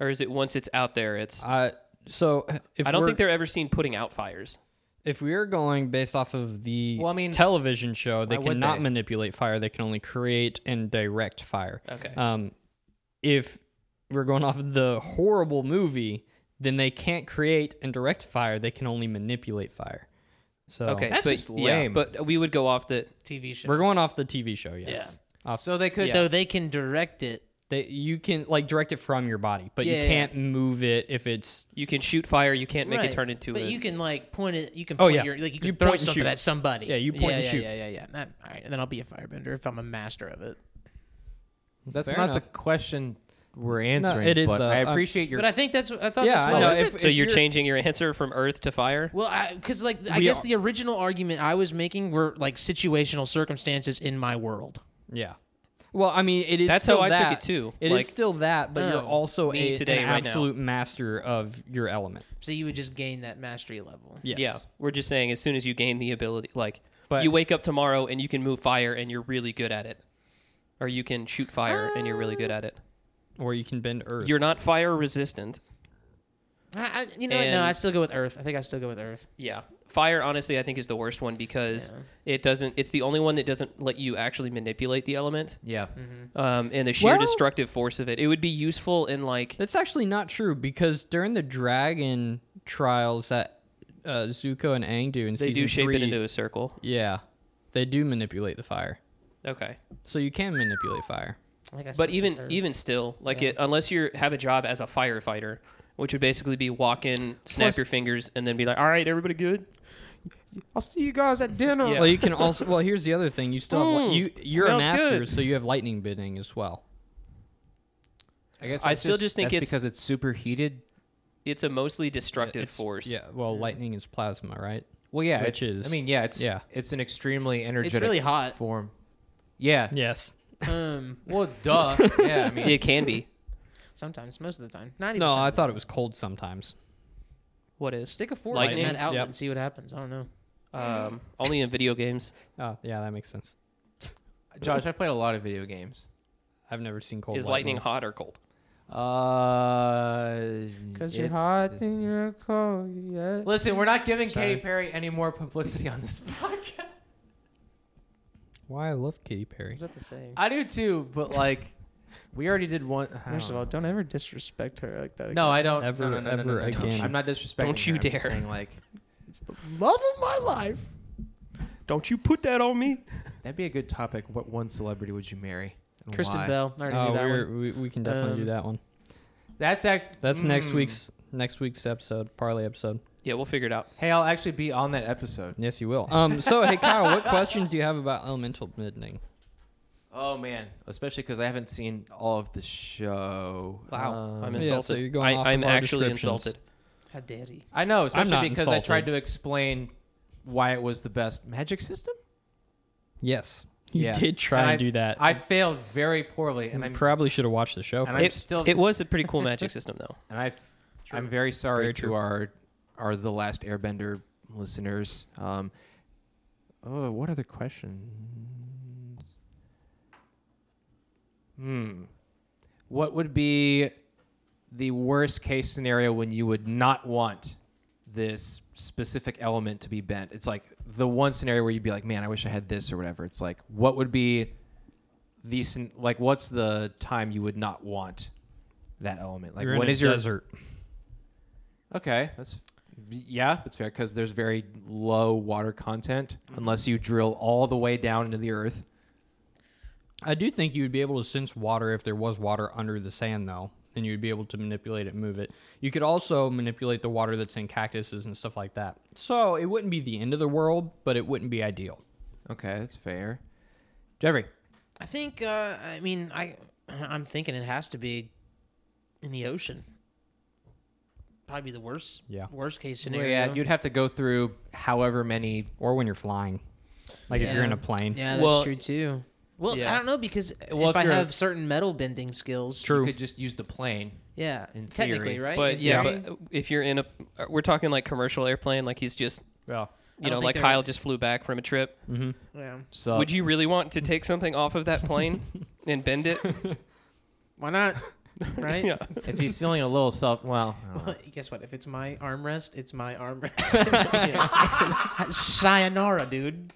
Speaker 1: Or is it once it's out there, it's.
Speaker 4: Uh, so if
Speaker 1: I don't
Speaker 4: we're-
Speaker 1: think they're ever seen putting out fires.
Speaker 4: if we're going based off of the
Speaker 2: Well, I mean,
Speaker 4: television show, they
Speaker 2: why would
Speaker 4: cannot
Speaker 2: they?
Speaker 4: manipulate fire. They can only create and direct fire.
Speaker 1: Okay.
Speaker 4: Um, if we're going off of the horrible movie, then they can't create and direct fire. They can only manipulate fire. So
Speaker 1: okay.
Speaker 2: That's
Speaker 1: but-
Speaker 2: just
Speaker 1: yeah,
Speaker 2: lame.
Speaker 1: but we would go off that.
Speaker 3: TV show.
Speaker 4: we're going off the TV show. Yes. Off,
Speaker 2: So they could.
Speaker 3: So they can direct it.
Speaker 4: they, you can like direct it from your body, but
Speaker 3: Yeah,
Speaker 4: you
Speaker 3: yeah.
Speaker 4: can't move it if it's
Speaker 1: You can shoot fire. You can't make
Speaker 3: Right.
Speaker 1: it turn into
Speaker 3: But
Speaker 1: a.
Speaker 3: you can like point it. You can.
Speaker 4: Oh,
Speaker 3: Point
Speaker 4: yeah.
Speaker 3: Your, like you can
Speaker 4: You
Speaker 3: throw
Speaker 4: point and
Speaker 3: something
Speaker 4: shoot.
Speaker 3: at somebody.
Speaker 4: Yeah, you point
Speaker 3: yeah,
Speaker 4: and
Speaker 3: yeah,
Speaker 4: shoot.
Speaker 3: Yeah, yeah, yeah. Not- all right, then I'll be a firebender if I'm a master of it.
Speaker 2: That's
Speaker 4: Fair
Speaker 2: not the
Speaker 4: enough.
Speaker 2: question we're answering.
Speaker 4: it is
Speaker 2: But
Speaker 4: though.
Speaker 2: I
Speaker 4: I'm-
Speaker 2: appreciate your.
Speaker 3: But I think that's. what- I thought
Speaker 4: Yeah,
Speaker 3: that's
Speaker 4: I
Speaker 3: what.
Speaker 4: know.
Speaker 3: was
Speaker 4: If-
Speaker 3: it.
Speaker 1: so you're
Speaker 4: you're-
Speaker 1: changing your answer from earth to fire?
Speaker 3: Well, because like I
Speaker 4: We
Speaker 3: guess
Speaker 4: are-
Speaker 3: the original argument I was making were like situational circumstances in my world.
Speaker 4: Yeah. Well, I mean, it is.
Speaker 1: That's
Speaker 4: still
Speaker 1: how I took
Speaker 4: that.
Speaker 1: it, too.
Speaker 4: It is
Speaker 1: Like,
Speaker 4: still that, but you're
Speaker 3: oh,
Speaker 4: also
Speaker 1: me
Speaker 4: a,
Speaker 1: today,
Speaker 4: an
Speaker 1: right now.
Speaker 4: absolute master of your element.
Speaker 3: So you would just gain that mastery level.
Speaker 4: Yes.
Speaker 1: Yeah. We're just saying as soon as you gain the ability, like
Speaker 4: But-
Speaker 1: you wake up tomorrow and you can move fire and you're really good at it, or you can shoot fire and you're really good at it.
Speaker 4: Or you can bend earth.
Speaker 1: You're not fire resistant.
Speaker 3: I, I, you know, what?
Speaker 1: And-
Speaker 3: no, I still go with Earth. I think I still go with Earth.
Speaker 1: Yeah. Fire, honestly, I think is the worst one because it doesn't. It's the only one that doesn't let you actually manipulate the element
Speaker 2: yeah.
Speaker 4: Mm-hmm.
Speaker 1: um, and the sheer
Speaker 4: Well-
Speaker 1: destructive force of it. It would be useful in like
Speaker 4: That's actually not true because during the dragon trials that uh, Zuko and Aang do in
Speaker 1: they
Speaker 4: season
Speaker 1: do shape
Speaker 4: three,
Speaker 1: it into a circle.
Speaker 4: yeah, they do manipulate the fire.
Speaker 1: Okay.
Speaker 4: So you can manipulate fire.
Speaker 3: I think I still
Speaker 1: But
Speaker 3: choose
Speaker 1: even
Speaker 3: Earth.
Speaker 1: even still, like it, unless you have a job as a firefighter, which would basically be walk in, snap
Speaker 4: Plus-
Speaker 1: your fingers, and then be like, "All right, everybody good."
Speaker 2: I'll see you guys at dinner.
Speaker 1: Yeah.
Speaker 4: Well, you can also. Well, here's the other thing. You still have, li-
Speaker 1: Mm,
Speaker 4: you you're a
Speaker 1: smells
Speaker 4: master,
Speaker 1: good.
Speaker 4: so you have lightning bidding as well.
Speaker 2: I guess
Speaker 1: I
Speaker 2: that's
Speaker 1: still just think
Speaker 2: that's
Speaker 1: it's-
Speaker 2: because it's superheated.
Speaker 1: It's a mostly destructive
Speaker 4: It's-
Speaker 1: force.
Speaker 4: Yeah. Well, lightning is plasma, right?
Speaker 2: Well, yeah,
Speaker 4: Which
Speaker 2: it's-
Speaker 4: is-
Speaker 2: I mean, yeah, it's
Speaker 4: yeah.
Speaker 2: it's an extremely energetic.
Speaker 3: it's really hot.
Speaker 2: form. Yeah.
Speaker 4: Yes.
Speaker 3: Um,
Speaker 2: Well, duh. yeah. I mean,
Speaker 1: It can be.
Speaker 3: sometimes, most of the time, ninety.
Speaker 4: No, I thought it was cold sometimes.
Speaker 1: What is
Speaker 3: stick a fork
Speaker 1: Lightning?
Speaker 3: in that outlet
Speaker 4: Yep.
Speaker 3: and see what happens. I don't know.
Speaker 1: um, only in video games?
Speaker 4: Oh, yeah, that makes sense.
Speaker 2: Josh, I've played a lot of video games.
Speaker 4: I've never seen cold
Speaker 1: Is lightning hot or cold?
Speaker 2: Uh, it's- it's-
Speaker 3: you're cold. Yeah.
Speaker 2: Listen, we're not giving
Speaker 4: Sorry.
Speaker 2: Katy Perry any more publicity on this podcast.
Speaker 4: Why I love Katy Perry.
Speaker 3: What's that to say?
Speaker 2: I do too, but like, we already did one. I don't
Speaker 3: First of
Speaker 2: know.
Speaker 3: all, don't ever disrespect her like that.
Speaker 2: no, I don't.
Speaker 4: Ever-
Speaker 2: no, no, no, no,
Speaker 4: ever
Speaker 2: no, no, don't
Speaker 4: again.
Speaker 2: you- I'm not disrespecting.
Speaker 1: Don't you
Speaker 2: her, I'm just
Speaker 1: dare.
Speaker 2: saying, like,
Speaker 3: it's the love of my life.
Speaker 1: Don't you put that on me?
Speaker 2: that'd be a good topic. What one celebrity would you marry? and
Speaker 3: Kristen
Speaker 2: why?
Speaker 3: Bell. I already
Speaker 4: Oh,
Speaker 3: knew that
Speaker 4: we're-
Speaker 3: one.
Speaker 4: we, we can definitely do
Speaker 3: Um,
Speaker 4: that one.
Speaker 2: That's act.
Speaker 4: That's next
Speaker 2: Mm.
Speaker 4: week's next week's episode, parlay episode.
Speaker 1: Yeah, we'll figure it out.
Speaker 2: Hey, I'll actually be on that episode.
Speaker 4: Yes, you will. Um, so hey Kyle, what questions do you have about elemental bidding?
Speaker 2: Oh man, especially because I haven't seen all of the Um, show.
Speaker 1: Wow,
Speaker 2: Um,
Speaker 1: I'm
Speaker 4: yeah, so
Speaker 1: insulted.
Speaker 4: Um, you're going
Speaker 1: I,
Speaker 4: off
Speaker 1: I'm
Speaker 4: of our
Speaker 1: actually
Speaker 4: descriptions.
Speaker 1: insulted.
Speaker 3: How dare he?
Speaker 2: I know, especially
Speaker 4: not
Speaker 2: because I
Speaker 4: insulted.
Speaker 2: tried to explain why it was the best magic system.
Speaker 4: Yes, you
Speaker 2: Yeah.
Speaker 4: did try
Speaker 2: And
Speaker 4: and
Speaker 2: I-
Speaker 4: do that.
Speaker 2: I failed very poorly, and
Speaker 4: you
Speaker 2: I'm
Speaker 4: probably should have watched the show.
Speaker 2: and
Speaker 4: first.
Speaker 2: I'm
Speaker 1: it,
Speaker 2: still
Speaker 1: it was a pretty cool magic system though.
Speaker 2: and I I'm very sorry
Speaker 4: Very
Speaker 2: to
Speaker 4: true.
Speaker 2: our our the last Airbender listeners. Um, oh, what other questions? Hmm. What would be the worst case scenario when you would not want this specific element to be bent? It's like the one scenario where you'd be like, "Man, I wish I had this" or whatever. It's like, what would be the scen- like? What's the time you would not want that element? Like,
Speaker 4: You're in
Speaker 2: what
Speaker 4: a
Speaker 2: is your
Speaker 4: desert?
Speaker 2: Okay, that's yeah, that's fair because there's very low water content
Speaker 4: Mm-hmm.
Speaker 2: unless you drill all the way down into the earth.
Speaker 4: I do think you would be able to sense water if there was water under the sand, though, and you'd be able to manipulate it, move it. You could also manipulate the water that's in cactuses and stuff like that. So it wouldn't be the end of the world, but it wouldn't be ideal.
Speaker 2: Okay, that's fair. Jeffrey,
Speaker 3: I think. Uh, I mean, I I'm thinking it has to be in the ocean. Probably the worst.
Speaker 4: Yeah.
Speaker 3: Worst case
Speaker 2: well,
Speaker 3: scenario.
Speaker 2: yeah, you'd have to go through however many.
Speaker 4: Or when you're flying, like if you're in a
Speaker 3: Yeah.
Speaker 4: plane.
Speaker 3: Yeah, that's
Speaker 1: Well-
Speaker 3: true too. Well,
Speaker 2: Yeah.
Speaker 3: I don't know because
Speaker 2: Well,
Speaker 3: if,
Speaker 2: if
Speaker 3: I
Speaker 2: you're-
Speaker 3: have certain metal bending skills,
Speaker 4: True.
Speaker 2: You could just use the plane.
Speaker 3: Yeah,
Speaker 2: In
Speaker 3: technically,
Speaker 2: theory.
Speaker 3: right?
Speaker 1: But
Speaker 3: In
Speaker 1: yeah,
Speaker 3: theory.
Speaker 1: but if you're in a, we're talking like commercial airplane, like he's just,
Speaker 4: Well,
Speaker 3: I
Speaker 1: you know,
Speaker 3: don't think
Speaker 1: like
Speaker 3: they're-
Speaker 1: Kyle just flew back from a trip.
Speaker 3: yeah.
Speaker 2: So
Speaker 1: Would you really want to take something off of that plane and bend it?
Speaker 3: Why not? Right?
Speaker 1: Yeah.
Speaker 2: if he's feeling a little self, well, I don't know.
Speaker 3: Well, guess what? If it's my armrest, it's my armrest. Sayonara, dude.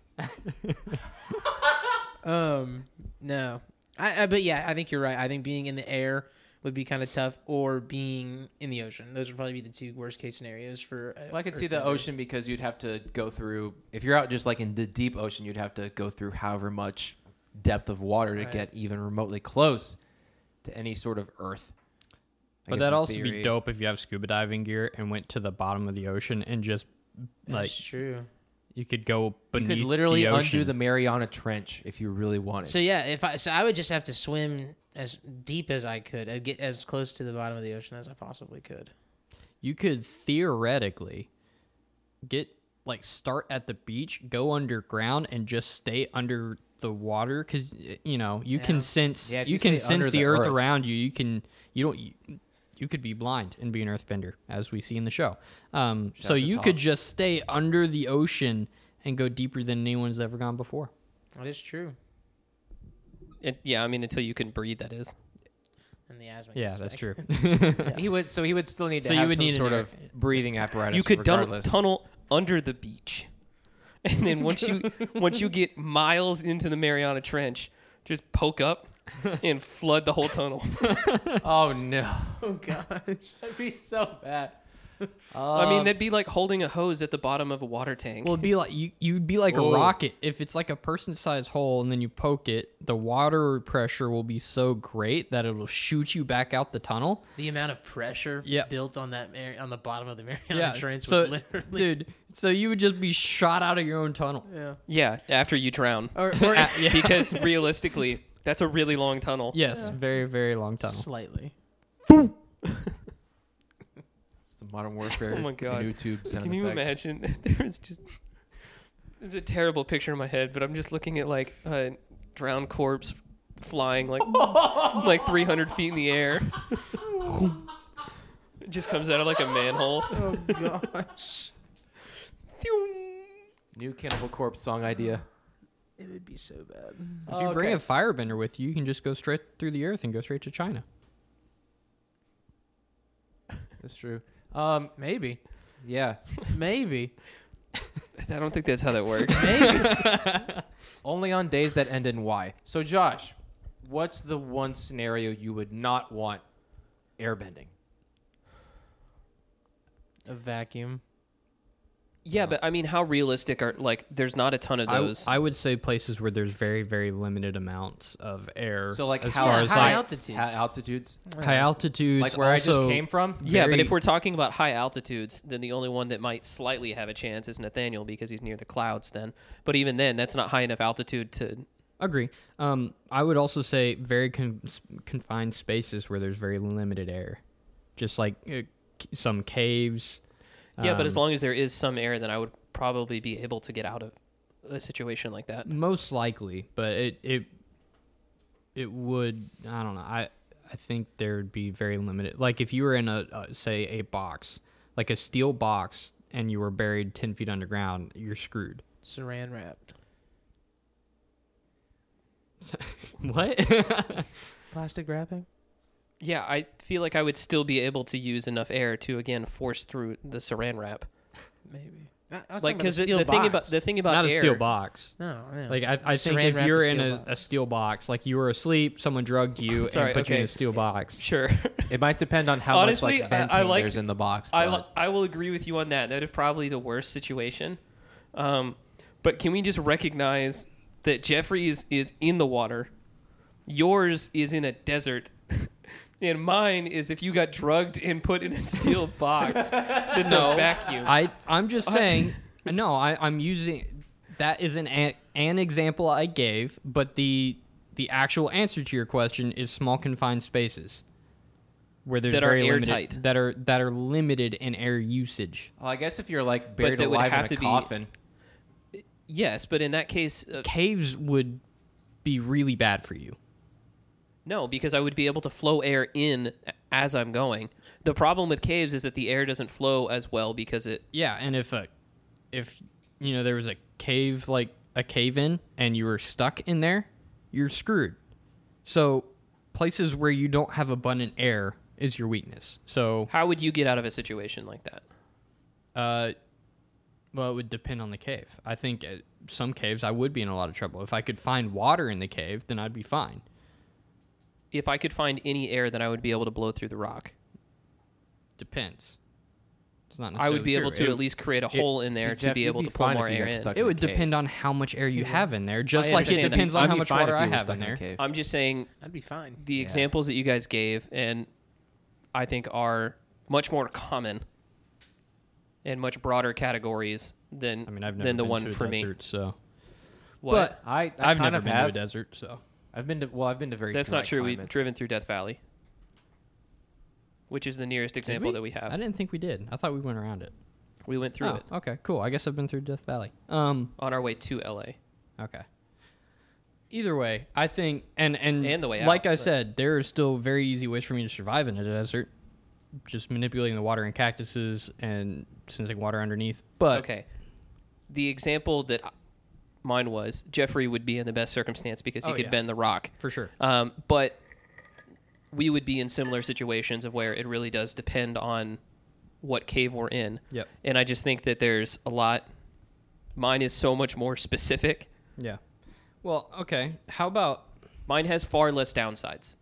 Speaker 3: um, no, I, I. But yeah, I think you're right. I think being in the air would be kind of tough, or being in the ocean. Those would probably be the two worst case scenarios for. uh,
Speaker 2: Well, I could see the
Speaker 3: Earthbender.
Speaker 2: ocean because you'd have to go through. If you're out just like in the deep ocean, you'd have to go through however much depth of water to
Speaker 3: Right.
Speaker 2: get even remotely close to any sort of earth. I
Speaker 4: but
Speaker 2: guess
Speaker 4: that'd
Speaker 2: in
Speaker 4: also be
Speaker 2: theory-
Speaker 4: dope if you have scuba diving gear and went to the bottom of the ocean and just like
Speaker 3: That's true.
Speaker 4: you could go
Speaker 2: You
Speaker 4: beneath
Speaker 2: could literally
Speaker 4: the ocean.
Speaker 2: undo the Mariana Trench if you really wanted.
Speaker 3: So yeah, if I so I would just have to swim as deep as I could, uh, get as close to the bottom of the ocean as I possibly could.
Speaker 4: you could theoretically get like start at the beach go underground and just stay under the water because you know you
Speaker 3: Yeah.
Speaker 4: can sense
Speaker 2: Yeah, if
Speaker 4: you,
Speaker 2: you
Speaker 4: can
Speaker 2: stay under
Speaker 4: sense the,
Speaker 2: the
Speaker 4: earth,
Speaker 2: earth.
Speaker 4: around you you can you don't you, you could be blind and be an earthbender as we see in the show um, so
Speaker 2: out to
Speaker 4: you could
Speaker 2: Toph.
Speaker 4: just stay under the ocean and go deeper than anyone's ever gone before
Speaker 3: That is true.
Speaker 1: And- yeah, I mean, until you can breathe, that is.
Speaker 3: And the asthma.
Speaker 4: yeah
Speaker 3: comes
Speaker 4: that's
Speaker 3: back.
Speaker 4: true
Speaker 2: he would. So he would still need to
Speaker 4: So you
Speaker 2: have
Speaker 4: would
Speaker 2: some
Speaker 4: need an
Speaker 2: sort
Speaker 4: air-
Speaker 2: of breathing apparatus.
Speaker 1: You could dun-
Speaker 2: regardless.
Speaker 1: tunnel under the beach, and then once you once you get miles into the Mariana Trench, just poke up and flood the whole tunnel.
Speaker 2: oh no!
Speaker 3: Oh gosh.
Speaker 2: That'd be so bad.
Speaker 1: I mean, that'd be like holding a hose at the bottom of a water tank.
Speaker 4: Well, it'd be like you, you'd be like
Speaker 2: Whoa.
Speaker 4: a rocket if it's like a person-sized hole, and then you poke it. The water pressure will be so great that it'll shoot you back out the tunnel.
Speaker 3: The amount of pressure
Speaker 4: Yeah.
Speaker 3: built on that Mar- on the bottom of the Mariana Trench
Speaker 4: so
Speaker 3: would literally.
Speaker 4: dude, so you would just be shot out of your own tunnel.
Speaker 3: Yeah.
Speaker 1: yeah, after you drown,
Speaker 3: Or, or
Speaker 1: A- because realistically, that's a really long tunnel.
Speaker 4: Yes, very very long tunnel.
Speaker 3: slightly.
Speaker 2: It's the modern warfare.
Speaker 1: Oh my God.
Speaker 2: YouTube sound
Speaker 1: Can you
Speaker 2: effect.
Speaker 1: imagine? if There was just there's a terrible picture in my head, but I'm just looking at like a drowned corpse flying like like 300 feet in the air. it just comes out of like a manhole.
Speaker 3: Oh gosh.
Speaker 2: New Cannibal Corpse song idea.
Speaker 3: it would be so bad.
Speaker 4: If
Speaker 2: Oh,
Speaker 4: you bring a firebender with you, you can just go straight through the earth and go straight to China.
Speaker 2: That's true. Um,
Speaker 3: Maybe.
Speaker 2: yeah.
Speaker 3: Maybe.
Speaker 1: I don't think that's how that works.
Speaker 3: Maybe.
Speaker 2: Only on days that end in Y. So Josh, what's the one scenario you would not want airbending?
Speaker 3: a vacuum.
Speaker 1: yeah, but I mean, how realistic are like? There's not a ton of
Speaker 4: I, w-
Speaker 1: those.
Speaker 4: I would say places where there's very very limited amounts of air.
Speaker 2: So like
Speaker 4: as
Speaker 2: how
Speaker 4: far
Speaker 3: Yeah,
Speaker 4: as
Speaker 3: high
Speaker 4: like,
Speaker 3: out- altitudes.
Speaker 2: High altitudes.
Speaker 4: high altitudes,
Speaker 2: Like where I just
Speaker 4: also-
Speaker 2: came from.
Speaker 1: yeah, but
Speaker 4: very-
Speaker 1: if we're talking about high altitudes, then the only one that might slightly have a chance is Nathaniel because he's near the clouds. Then, but even then, that's not high enough altitude to.
Speaker 4: Agree. Um, I would also say very con- s- confined spaces where there's very limited air, just like uh, some caves.
Speaker 1: Yeah, but as
Speaker 4: Um,
Speaker 1: long as there is some air, then I would probably be able to get out of a situation like that.
Speaker 4: most likely, but it it it would. I don't know. I I think there would be very limited. Like if you were in a uh, say a box, like a steel box, and you were buried ten feet underground, you're screwed.
Speaker 3: Saran wrapped.
Speaker 4: what?
Speaker 3: Plastic wrapping?
Speaker 1: Yeah, I feel like I would still be able to use enough air to again force through the saran wrap.
Speaker 3: Maybe. I, I was
Speaker 1: Like
Speaker 3: because
Speaker 1: because the thing about the thing about
Speaker 4: Not
Speaker 1: air,
Speaker 4: a steel box.
Speaker 3: No, yeah.
Speaker 4: Like I, I think
Speaker 3: Saran
Speaker 4: if
Speaker 3: wrapped
Speaker 4: you're
Speaker 3: a
Speaker 4: in
Speaker 3: steel
Speaker 4: a,
Speaker 3: box.
Speaker 4: a steel box, like you were asleep, someone drugged you
Speaker 1: Sorry,
Speaker 4: and put you in
Speaker 1: okay.
Speaker 4: a steel box.
Speaker 1: Sure,
Speaker 2: It might depend on how
Speaker 1: Honestly,
Speaker 2: much like
Speaker 1: I- I
Speaker 2: venting
Speaker 1: like-
Speaker 2: there's in the box.
Speaker 1: I
Speaker 2: but-
Speaker 1: li- I will agree with you on that. That is probably the worst situation. Um, but can we just recognize that Jeffrey's is in the water, yours is in a desert, and mine is if you got drugged and put in a steel box that's a vacuum.
Speaker 4: I I'm just saying. no, I, I'm using that is an an an example I gave, but the the actual answer to your question is small confined spaces where there's
Speaker 1: That are
Speaker 4: very limited-
Speaker 1: airtight.
Speaker 4: that are that are limited in air usage.
Speaker 2: well, I guess if you're like buried
Speaker 1: they would
Speaker 2: alive
Speaker 1: have
Speaker 2: in a
Speaker 1: to be-
Speaker 2: coffin,
Speaker 1: yes, but in that case, uh,
Speaker 4: Caves would be really bad for you.
Speaker 1: No, because I would be able to flow air in as I'm going. The problem with caves is that the air doesn't flow as well because it.
Speaker 4: Yeah, and if a if you know there was a cave like a cave in and you were stuck in there, you're screwed. So places where you don't have abundant air is your weakness. So
Speaker 1: How would you get out of a situation like that?
Speaker 4: Uh, well, it would depend on the cave. I think uh, some caves I would be in a lot of trouble. If I could find water in the cave, then I'd be fine.
Speaker 1: If I could find any air, then I would be able to blow through the rock.
Speaker 4: Depends. It's not.
Speaker 1: I would
Speaker 4: necessarily
Speaker 1: be able
Speaker 4: true.
Speaker 1: to
Speaker 4: It-
Speaker 1: at least create a hole in there
Speaker 2: See,
Speaker 1: to
Speaker 2: Jeff,
Speaker 1: be
Speaker 2: you'd
Speaker 1: able
Speaker 2: be
Speaker 1: to pull
Speaker 2: fine if
Speaker 1: more
Speaker 2: you
Speaker 1: air
Speaker 2: got
Speaker 1: in.
Speaker 2: stuck.
Speaker 4: It would
Speaker 2: in a
Speaker 4: depend
Speaker 2: cave.
Speaker 4: on how much air you have in there, just like it
Speaker 1: understand that.
Speaker 4: depends
Speaker 2: I'd
Speaker 4: on how
Speaker 2: be
Speaker 4: much
Speaker 2: fine
Speaker 4: water
Speaker 2: if
Speaker 4: I
Speaker 2: you were
Speaker 4: have
Speaker 2: stuck
Speaker 4: in
Speaker 2: a
Speaker 4: there.
Speaker 2: cave.
Speaker 1: I'm just saying
Speaker 3: I'd be fine.
Speaker 1: the examples that you guys gave and I think are much more common and much broader categories than
Speaker 4: I mean, I've never
Speaker 1: than the
Speaker 4: been
Speaker 1: one
Speaker 4: to a
Speaker 1: for me.
Speaker 4: desert, so.
Speaker 1: What?
Speaker 2: I, I
Speaker 4: But I've
Speaker 2: kind
Speaker 4: never
Speaker 2: of
Speaker 4: been
Speaker 2: have.
Speaker 4: to a desert, so.
Speaker 2: I've been to well, I've been to very.
Speaker 1: That's not
Speaker 2: dry
Speaker 1: true. We've
Speaker 2: climates.
Speaker 1: driven through Death Valley, which is the nearest example that we have.
Speaker 4: I didn't think we did. I thought we went around it.
Speaker 1: We went through
Speaker 4: Oh,
Speaker 1: it
Speaker 4: Okay, cool. I guess I've been through Death Valley. Um.
Speaker 1: on our way to LA.
Speaker 4: Okay. Either way, I think, and and,
Speaker 1: And the way out,
Speaker 4: like I
Speaker 1: but-
Speaker 4: said, there are still very easy ways for me to survive in a desert, just manipulating the water in cactuses and sensing water underneath. But
Speaker 1: Okay. The example that mine was Jeffrey would be in the best circumstance because he
Speaker 4: Oh,
Speaker 1: could
Speaker 4: yeah.
Speaker 1: bend the rock.
Speaker 4: for sure,
Speaker 1: Um, but we would be in similar situations of where it really does depend on what cave we're in.
Speaker 4: Yep.
Speaker 1: And I just think that there's a lot. Mine is so much more specific.
Speaker 4: yeah. Well, okay. How about
Speaker 1: Mine has far less downsides.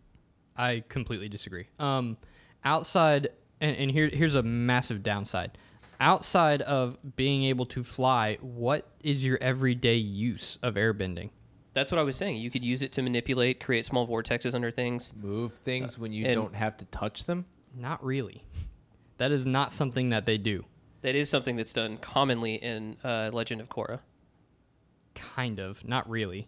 Speaker 4: I completely disagree. Um, outside, and, and here here's a massive downside. Outside of being able to fly, what is your everyday use of airbending?
Speaker 1: That's what I was saying. You could use it to manipulate, create small vortexes under things.
Speaker 2: move things when you
Speaker 1: and-
Speaker 2: don't have to touch them.
Speaker 4: Not really. That is not something that they do.
Speaker 1: That is something that's done commonly in uh, Legend of Korra.
Speaker 4: Kind of, not really.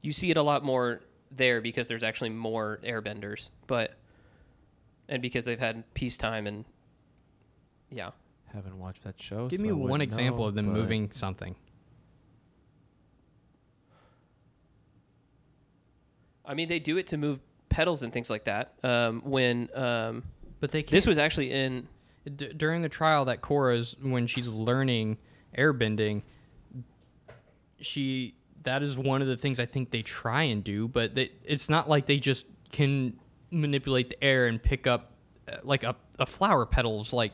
Speaker 1: you see it a lot more there because there's actually more airbenders, but and because they've had peacetime and yeah,
Speaker 2: Haven't watched that show.
Speaker 4: Give
Speaker 2: so
Speaker 4: me
Speaker 2: I
Speaker 4: one
Speaker 2: wouldn't
Speaker 4: example
Speaker 2: know,
Speaker 4: of them
Speaker 2: but-
Speaker 4: moving something.
Speaker 1: I mean they do it to move pedals and things like that. Um, when um,
Speaker 4: But they can't.
Speaker 1: this was actually in
Speaker 4: D- during the trial that Cora's when she's learning airbending, she that is one of the things I think they try and do, but they, it's not like they just can manipulate the air and pick up uh, like a, a flower petal's like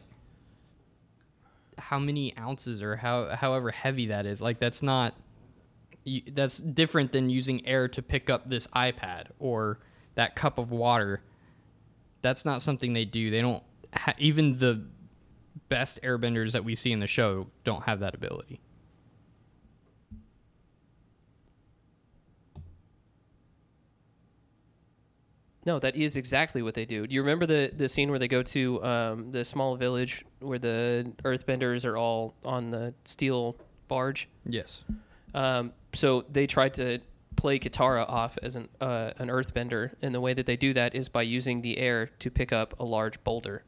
Speaker 4: how many ounces or how however heavy that is. Like that's not you, that's different than using air to pick up this iPad or that cup of water. That's not something they do. They don't ha- even the best airbenders that we see in the show don't have that ability.
Speaker 1: no, that is exactly what they do. Do you remember the the scene where they go to um, the small village where the earthbenders are all on the steel barge?
Speaker 4: Yes.
Speaker 1: Um, so they tried to play Katara off as an uh, an Earthbender, and the way that they do that is by using the air to pick up a large boulder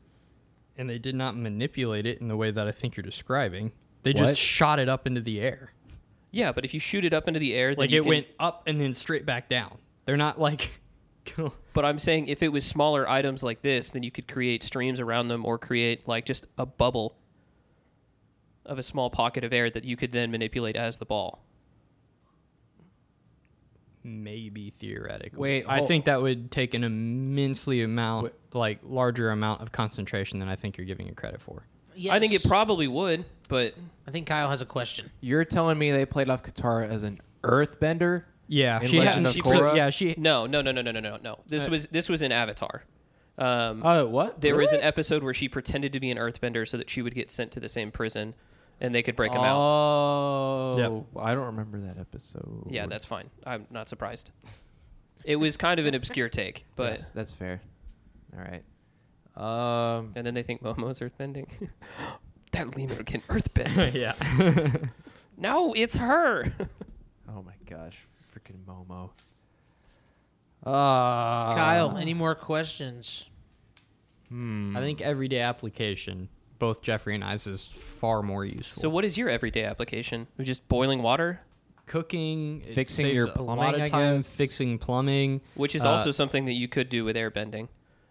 Speaker 4: and they did not manipulate it in the way that I think you're describing. They
Speaker 2: What?
Speaker 4: just shot it up into the air.
Speaker 1: Yeah, but if you shoot it up into the air, then
Speaker 4: Like
Speaker 1: you
Speaker 4: it
Speaker 1: can-
Speaker 4: went up and then straight back down. They're not like gonna-
Speaker 1: But I'm saying if it was smaller items like this, then you could create streams around them or create like just a bubble of a small pocket of air that you could then manipulate as the ball.
Speaker 4: maybe theoretically.
Speaker 2: Wait,
Speaker 4: I
Speaker 2: hol-
Speaker 4: think that would take an immensely amount
Speaker 2: Wait.
Speaker 4: like larger amount of concentration than I think you're giving it credit for.
Speaker 1: I think it
Speaker 3: Yes.
Speaker 1: probably would, but
Speaker 3: I think Kyle has a question.
Speaker 2: You're telling me they played off Katara as an earthbender?
Speaker 4: Yeah,
Speaker 2: In
Speaker 4: she, had,
Speaker 2: Legend of
Speaker 4: she
Speaker 2: Korra?
Speaker 4: yeah, she
Speaker 1: no, no, no, no, no, no, no, no. This
Speaker 2: Uh,
Speaker 1: was this was in Avatar. Um,
Speaker 2: Oh, what?
Speaker 1: there was
Speaker 2: Really?
Speaker 1: an episode where she pretended to be an Earthbender so that she would get sent to the same prison, and they could break them out.
Speaker 2: Oh, I don't remember that episode.
Speaker 1: Yeah, that's fine. I'm not surprised. It was kind of an obscure take, but
Speaker 2: Yes, that's fair. All right. Um,
Speaker 1: and then they think Momo's earthbending. that lemur can earthbend.
Speaker 4: yeah.
Speaker 1: no, it's her.
Speaker 2: oh my gosh, freaking Momo. Uh,
Speaker 3: Kyle,
Speaker 2: Kyle,
Speaker 3: any more questions?
Speaker 2: hmm.
Speaker 4: I think everyday application, both Jeffrey and I's is far more useful.
Speaker 1: so, what is your everyday application? We're just boiling water,
Speaker 4: cooking, it
Speaker 2: Fixing your
Speaker 4: saves a lot
Speaker 2: plumbing,
Speaker 4: of
Speaker 2: I
Speaker 4: time,
Speaker 2: guess?
Speaker 4: fixing plumbing.
Speaker 1: which is
Speaker 4: Uh,
Speaker 1: also something that you could do with airbending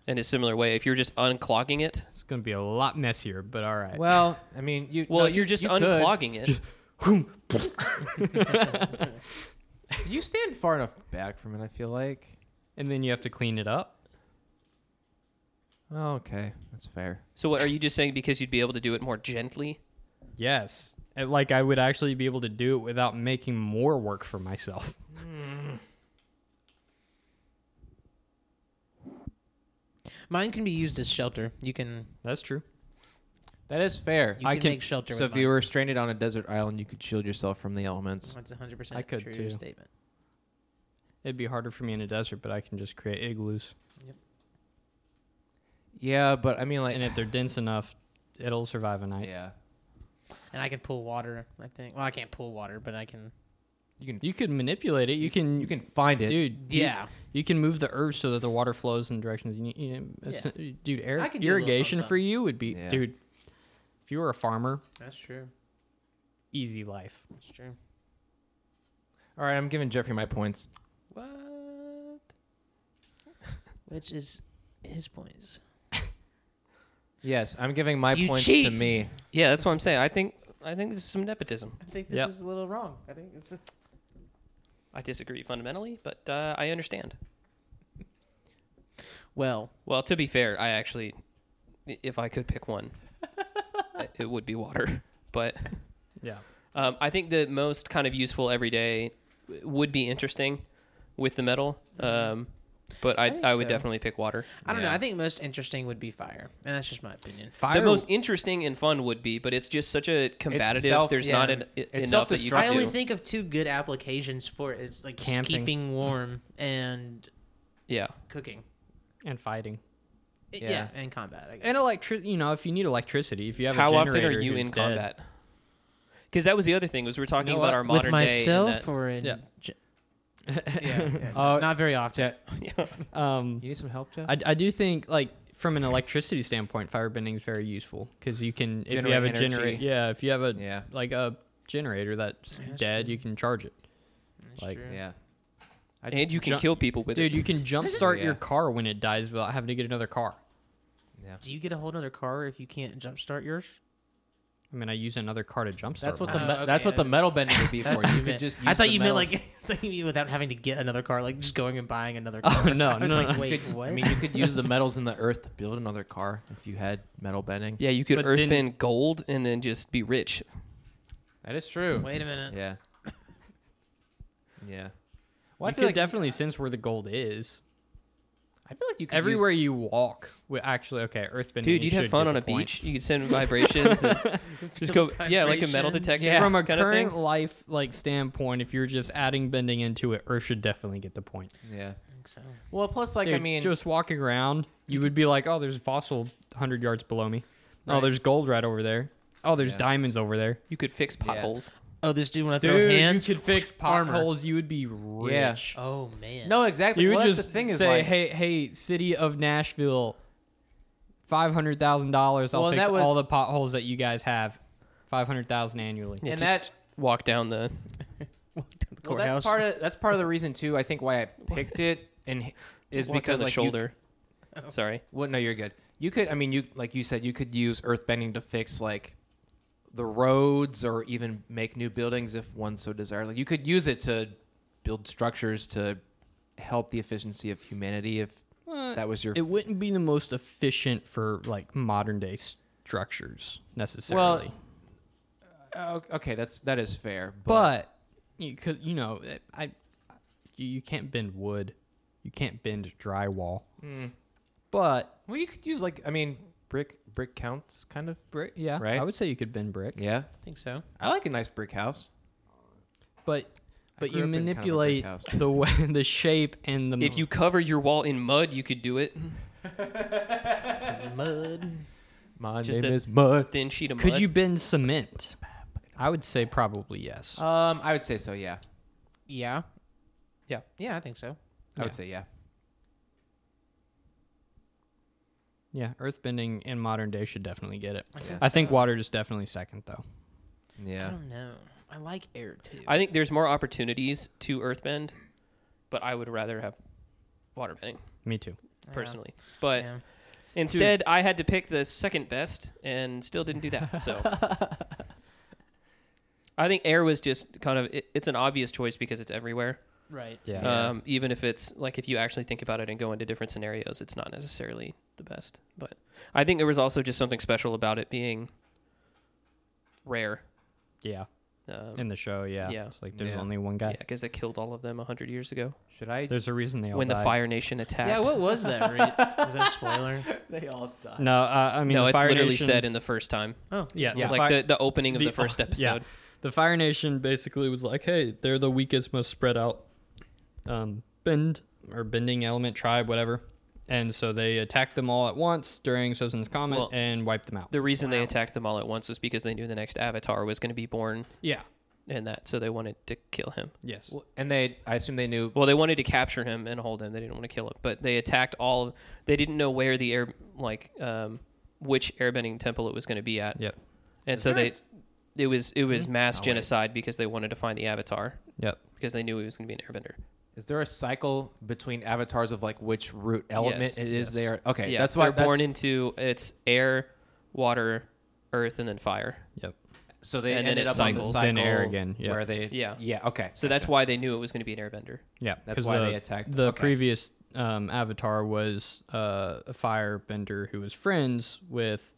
Speaker 1: in a similar way. If you're just unclogging it,
Speaker 4: It's gonna be a lot messier, but all right.
Speaker 2: Well, I mean, you.
Speaker 1: well,
Speaker 2: no,
Speaker 1: you're just
Speaker 2: you could.
Speaker 1: unclogging it.
Speaker 2: You stand far enough back from it. I feel like.
Speaker 4: and then you have to clean it up.
Speaker 2: Oh, okay, that's fair.
Speaker 1: So, what are you just saying because you'd be able to do it more gently?
Speaker 4: Yes, And, like I would actually be able to do it without making more work for myself.
Speaker 3: Mine can be used as shelter. You can
Speaker 4: That's true.
Speaker 2: That is fair.
Speaker 3: you
Speaker 4: I
Speaker 3: can,
Speaker 4: can-
Speaker 3: make shelter.
Speaker 2: so
Speaker 3: with
Speaker 2: if you
Speaker 3: mine.
Speaker 2: were stranded on a desert island, you could shield yourself from the elements.
Speaker 3: that's 100
Speaker 4: I
Speaker 3: percent
Speaker 4: could
Speaker 3: true
Speaker 4: too.
Speaker 3: statement.
Speaker 4: It'd be harder for me in a desert, but I can just create igloos,
Speaker 2: Yeah, but I mean, like,
Speaker 4: and if they're dense enough, it'll survive a night.
Speaker 2: yeah,
Speaker 3: And I can pull water. I think. Well, I can't pull water, but I can.
Speaker 2: you can
Speaker 4: You can manipulate it. You can.
Speaker 2: you can find it.
Speaker 4: Dude, you-
Speaker 3: Yeah.
Speaker 4: you, can move the earth so that the water flows in the directions you need. You know, it's- Dude, air,
Speaker 3: I can do a little
Speaker 4: irrigation
Speaker 3: something,
Speaker 4: for you would be,
Speaker 2: Yeah.
Speaker 4: dude. If you were a farmer,
Speaker 3: That's true.
Speaker 4: easy life.
Speaker 3: That's true.
Speaker 2: All right, I'm giving Jeffrey my points.
Speaker 3: What? Which is his points.
Speaker 2: Yes, I'm giving my
Speaker 3: You
Speaker 2: points
Speaker 3: cheat!
Speaker 2: to me.
Speaker 1: Yeah, that's what I'm saying. I think I think this is some nepotism.
Speaker 3: I think
Speaker 4: this Yep. is
Speaker 3: a little wrong. I think it's.
Speaker 1: I disagree fundamentally, but uh, I understand.
Speaker 3: Well,
Speaker 1: Well, to be fair, I actually, i- if I could pick one, i- it would be water. But
Speaker 4: Yeah.
Speaker 1: um, I think the most kind of useful everyday w- would be interesting with the metal. Um, but I,
Speaker 3: think
Speaker 1: I, would
Speaker 3: so.
Speaker 1: definitely pick water.
Speaker 3: I don't know.
Speaker 2: Yeah.
Speaker 3: I think most interesting would be fire, and that's just my opinion.
Speaker 4: Fire.
Speaker 1: the most interesting and fun would be, but it's just such a combative.
Speaker 2: self-
Speaker 1: there's
Speaker 2: yeah.
Speaker 1: not an, i-
Speaker 2: It's
Speaker 1: enough that you
Speaker 2: self-destructive.
Speaker 3: I
Speaker 1: can
Speaker 3: only
Speaker 1: do.
Speaker 3: think of two good applications for it. It's like just
Speaker 4: Camping.
Speaker 3: keeping warm and
Speaker 1: yeah,
Speaker 3: cooking.
Speaker 4: and fighting.
Speaker 3: I- Yeah,
Speaker 2: Yeah.
Speaker 3: and combat. I guess.
Speaker 4: And electric, you know, if you need electricity, if you have a
Speaker 1: how often are
Speaker 4: generator
Speaker 1: you
Speaker 4: who's
Speaker 1: in
Speaker 4: dead-
Speaker 1: combat? Because that was the other thing was we are talking
Speaker 4: know
Speaker 1: about
Speaker 4: what?
Speaker 1: our modern
Speaker 3: With
Speaker 1: day.
Speaker 3: myself
Speaker 1: and
Speaker 3: or in.
Speaker 4: Yeah.
Speaker 3: ge- yeah, yeah.
Speaker 2: Uh,
Speaker 3: not very often.
Speaker 1: that- Yeah.
Speaker 4: Um,
Speaker 2: You need some help, Jeff?
Speaker 4: I, I do think like from an electricity standpoint, firebending is very useful because you can if you
Speaker 2: Generate
Speaker 4: have a
Speaker 2: energy.
Speaker 4: generator, yeah, if you have a
Speaker 2: Yeah.
Speaker 4: like a generator that's
Speaker 3: That's
Speaker 4: dead,
Speaker 3: true.
Speaker 4: you can charge it,
Speaker 3: That's
Speaker 4: like,
Speaker 3: true.
Speaker 2: Yeah. I
Speaker 1: and you can
Speaker 4: jump-
Speaker 1: kill people with
Speaker 4: dude.
Speaker 1: it.
Speaker 4: You can jump start
Speaker 2: Yeah.
Speaker 4: your car when it dies without having to get another car.
Speaker 3: Do you get a whole nother car if you can't jumpstart yours?
Speaker 4: I mean, I use another car to jumpstart.
Speaker 2: That's what the
Speaker 4: mine.
Speaker 2: me-
Speaker 3: Oh, okay.
Speaker 2: that's what the metal bending would be for.
Speaker 3: That's
Speaker 2: you
Speaker 3: what you
Speaker 2: could
Speaker 3: meant.
Speaker 2: just.
Speaker 3: I
Speaker 2: use
Speaker 3: thought
Speaker 2: the
Speaker 3: you meant
Speaker 2: metals-
Speaker 3: like I thought you mean without having to get another car, like just going and buying another car.
Speaker 4: Oh no,
Speaker 3: I was
Speaker 4: no,
Speaker 3: like,
Speaker 4: no.
Speaker 3: wait,
Speaker 2: You could-
Speaker 3: what?
Speaker 2: I mean, you could use the metals in the earth to build another car if you had metal bending.
Speaker 1: Yeah, you could
Speaker 4: But then-
Speaker 1: earthbend gold and then just be rich.
Speaker 2: That is true.
Speaker 3: wait a minute.
Speaker 2: Yeah. Yeah.
Speaker 4: Well,
Speaker 2: Well,
Speaker 4: you
Speaker 2: I
Speaker 4: could
Speaker 2: feel like
Speaker 4: definitely sense where the gold is.
Speaker 2: I feel like you could
Speaker 4: Everywhere you walk, we actually okay. Earthbending,
Speaker 1: Dude,
Speaker 4: you
Speaker 1: you'd have
Speaker 4: should
Speaker 1: fun
Speaker 4: get
Speaker 1: on
Speaker 4: the
Speaker 1: a
Speaker 4: point.
Speaker 1: beach. You could send vibrations. and just go, yeah, like a metal
Speaker 3: Vibrations.
Speaker 1: detector.
Speaker 2: Yeah.
Speaker 4: from a
Speaker 1: kind of
Speaker 4: current
Speaker 1: thing.
Speaker 4: life like standpoint, if you're just adding bending into it, Earth should definitely get the point.
Speaker 2: Use, yeah.
Speaker 3: I think so.
Speaker 2: Well, plus like I
Speaker 4: Dude,
Speaker 2: mean,
Speaker 4: just walking around, you would be like, "Oh, there's a fossil 100 yards below me. Oh, there's gold right over there. Oh, there's
Speaker 2: Yeah.
Speaker 4: diamonds over there."
Speaker 1: You could fix potholes.
Speaker 3: Oh, this dude want to throw hands.
Speaker 4: could fix
Speaker 3: Armor.
Speaker 4: potholes. You would be rich.
Speaker 3: Oh man.
Speaker 2: no, exactly.
Speaker 4: You would
Speaker 2: well, that's
Speaker 4: just
Speaker 2: the thing
Speaker 4: say,
Speaker 2: is like,
Speaker 4: "Hey, hey, city of Nashville, five hundred thousand dollars. I'll
Speaker 2: Well, and
Speaker 4: fix
Speaker 2: that was-
Speaker 4: all the potholes that you guys have. Five hundred thousand annually.
Speaker 1: Yeah,
Speaker 2: and
Speaker 1: just
Speaker 2: that
Speaker 1: walk down the
Speaker 2: well, that's
Speaker 3: courthouse.
Speaker 2: part of that's part of the reason too. I think why I picked it and h- is
Speaker 1: walk down
Speaker 2: because
Speaker 1: the
Speaker 2: like you-
Speaker 1: shoulder.
Speaker 4: oh.
Speaker 1: Sorry.
Speaker 2: Well, no, you're good. You could, I mean, you like you said, you could use earthbending to fix like the roads or even make new buildings if one so desired. Like you could use it to build structures to help the efficiency of humanity if that was your.
Speaker 4: It wouldn't be the most efficient for like modern day structures necessarily.
Speaker 2: well, uh, okay, that's that is fair, but,
Speaker 4: but you could, you know, it- I, you, you can't bend wood, you can't bend drywall, but
Speaker 2: hmm. well, you could use like I mean, brick brick counts kind of.
Speaker 4: brick. Yeah,
Speaker 2: Right?
Speaker 4: I would say you could bend brick,
Speaker 2: Yeah,
Speaker 3: I think so.
Speaker 2: I like a nice brick house.
Speaker 4: but but
Speaker 2: grew
Speaker 4: you
Speaker 2: up in kind of a brick
Speaker 4: manipulate
Speaker 2: house.
Speaker 4: the way, the shape and the
Speaker 1: If you cover your wall in mud, you could do it.
Speaker 3: Mud.
Speaker 2: My
Speaker 1: Just
Speaker 2: name
Speaker 1: a-
Speaker 2: is Mud.
Speaker 1: Thin sheet of
Speaker 4: could
Speaker 1: mud.
Speaker 4: you bend cement. I would say probably
Speaker 1: Uh,
Speaker 4: yes.
Speaker 2: Um, I would say so. Yeah,
Speaker 3: Yeah.
Speaker 1: Yeah.
Speaker 3: Yeah, I think so.
Speaker 2: I would say yeah.
Speaker 4: yeah, earthbending in modern day should definitely get it.
Speaker 2: Yeah.
Speaker 4: I think water is definitely second though.
Speaker 3: I
Speaker 2: Yeah.
Speaker 3: don't know. I like air too.
Speaker 1: I think there's more opportunities to earthbend, but I would rather have waterbending
Speaker 4: Me too.
Speaker 3: Yeah.
Speaker 1: personally. But
Speaker 3: Yeah.
Speaker 1: instead, I had to pick the second best and still didn't do that. So I think air was just kind of it, it's an obvious choice because it's everywhere.
Speaker 3: Right.
Speaker 4: Yeah.
Speaker 1: Um, even if it's like if you actually think about it and go into different scenarios, it's not necessarily the best. But I think there was also just something special about it being rare.
Speaker 4: yeah.
Speaker 1: Um,
Speaker 4: in the show. Yeah,
Speaker 1: yeah.
Speaker 4: It's like there's
Speaker 2: Yeah.
Speaker 4: only one
Speaker 1: yeah,
Speaker 4: guy.
Speaker 1: because they killed all of them hundred years ago
Speaker 2: Should I
Speaker 4: There's a reason they all
Speaker 1: when the
Speaker 4: died.
Speaker 1: Fire Nation attacked.
Speaker 3: Yeah, what was that? Re- is that a spoiler?
Speaker 2: They all die.
Speaker 4: No, uh, I mean
Speaker 1: no,
Speaker 4: the
Speaker 1: it's
Speaker 4: Fire
Speaker 1: literally
Speaker 4: Nation,
Speaker 1: said in the first time,
Speaker 3: Oh,
Speaker 4: yeah,
Speaker 2: Yeah.
Speaker 1: like the, the opening of the,
Speaker 4: the-
Speaker 1: first
Speaker 4: yeah.
Speaker 1: episode.
Speaker 4: the Fire Nation basically was like, hey, they're the weakest, most spread out um, bend or bending element tribe, whatever. And so they attacked them all at once during Sozin's comment
Speaker 1: Well-
Speaker 4: and wiped them out.
Speaker 1: The reason they attacked them all at once was because they knew the next Avatar was going to be born,
Speaker 4: Yeah.
Speaker 1: and that so they wanted to kill him.
Speaker 4: Yes.
Speaker 2: And they, I assume they knew.
Speaker 1: Well, they wanted to capture him and hold him. They didn't want to kill him, but they attacked all. Of, they didn't know where the air, like, um, which airbending temple it was going to be at.
Speaker 4: Yep.
Speaker 1: And so they, it was it was mass
Speaker 2: Oh, wait.
Speaker 1: genocide because they wanted to find the Avatar
Speaker 4: Yep.
Speaker 1: because they knew he was going to be an airbender.
Speaker 2: Is there a cycle between avatars of like which root element
Speaker 1: Yes,
Speaker 2: it is?
Speaker 1: yes.
Speaker 2: They are okay.
Speaker 1: yeah,
Speaker 2: that's why
Speaker 1: they're
Speaker 2: that-
Speaker 1: born into it's air, water, earth, and then fire.
Speaker 4: Yep.
Speaker 2: So they
Speaker 1: and then
Speaker 2: ended
Speaker 1: it
Speaker 2: up on the
Speaker 1: cycles.
Speaker 2: cycle
Speaker 4: Then air again, yeah.
Speaker 2: where they.
Speaker 1: Yeah.
Speaker 2: Yeah. Okay.
Speaker 1: So that's why they knew it was going to be an airbender.
Speaker 4: Yeah.
Speaker 2: That's
Speaker 4: 'cause
Speaker 2: why
Speaker 4: the-
Speaker 2: they attacked-
Speaker 4: The
Speaker 2: okay.
Speaker 4: previous um, avatar was uh, a firebender who was friends with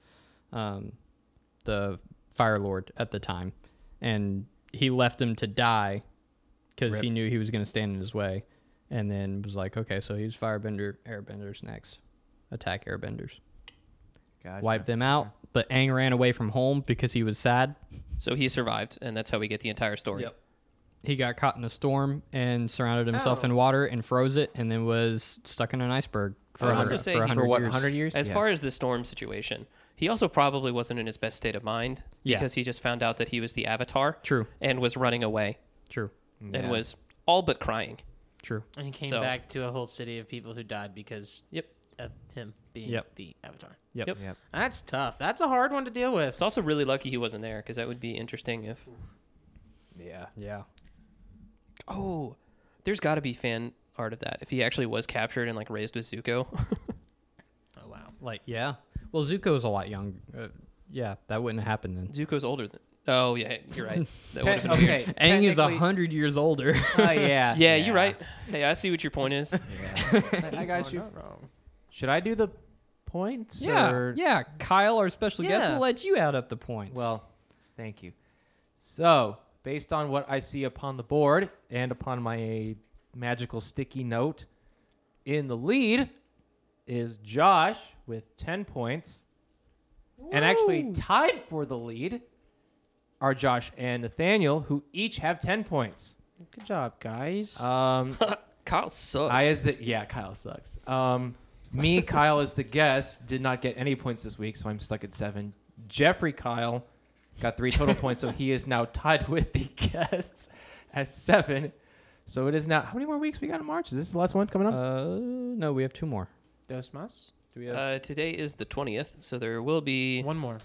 Speaker 4: um, the Fire Lord at the time. And he left him to die because he knew he was going to stand in his way. And then was like, okay, so he's firebender, airbenders next. Attack airbenders.
Speaker 2: Gotcha.
Speaker 4: Wipe them out. But Aang ran away from home because he was sad.
Speaker 1: So he survived, and that's how we get the entire story.
Speaker 4: Yep. He got caught in a storm and surrounded himself in water and froze it, and then was stuck in an iceberg
Speaker 1: Oh, I would
Speaker 4: for, a hundred-
Speaker 1: also say
Speaker 4: for,
Speaker 1: he-
Speaker 4: 100
Speaker 1: for
Speaker 2: what
Speaker 4: years.
Speaker 2: hundred years?
Speaker 1: As
Speaker 2: Yeah.
Speaker 1: far as the storm situation, he also probably wasn't in his best state of mind
Speaker 4: Yeah.
Speaker 1: because he just found out that he was the Avatar.
Speaker 4: True.
Speaker 1: And was running away
Speaker 4: True.
Speaker 2: Yeah.
Speaker 1: and was all but crying.
Speaker 4: True.
Speaker 3: And he came
Speaker 1: So-
Speaker 3: back to a whole city of people who died because
Speaker 1: Yep.
Speaker 3: of him being
Speaker 4: Yep.
Speaker 3: the Avatar.
Speaker 4: Yep.
Speaker 1: Yep.
Speaker 2: Yep.
Speaker 3: That's tough. That's a hard one to deal with.
Speaker 1: It's also really lucky he wasn't there because that would be interesting if.
Speaker 2: Yeah.
Speaker 4: Yeah.
Speaker 1: Oh, there's got to be fan art of that if he actually was captured and like raised with Zuko.
Speaker 3: Oh wow.
Speaker 4: Like yeah. Well, Zuko's a lot young. Uh, yeah, that wouldn't happen then.
Speaker 1: Zuko's older than. Oh yeah, you're right. That would've
Speaker 2: Te-
Speaker 1: been weird.
Speaker 2: okay.
Speaker 4: Aang is a
Speaker 2: technically-
Speaker 4: hundred years older.
Speaker 2: Oh, yeah.
Speaker 1: Yeah, you're right. Hey, I see what your point is.
Speaker 2: I- I got you.
Speaker 3: Oh, wrong.
Speaker 2: Should I do the points?
Speaker 4: yeah.
Speaker 2: or-
Speaker 4: Yeah. Kyle, our special guest,
Speaker 3: Yeah.
Speaker 4: will let you add up the points.
Speaker 2: Well, thank you. So, based on what I see upon the board and upon my magical sticky note, in the lead is Josh with 10 points. And actually, tied for the lead are Josh and Nathaniel, who each have 10 points.
Speaker 3: Good job, guys.
Speaker 2: Um,
Speaker 1: Kyle sucks.
Speaker 2: I is the yeah. Kyle sucks. Um, me, Kyle is the guest. Did not get any points this week, so I'm stuck at seven. Jeffrey Kyle got three total points, so he is now tied with the guests at seven. So Uh, it is now. How many more weeks we got in March? Is this the last one coming up?
Speaker 4: uh, no, we have two more.
Speaker 3: Dos mas.
Speaker 2: Do we have?
Speaker 1: Uh, today is the twentieth, so there will be
Speaker 3: One more.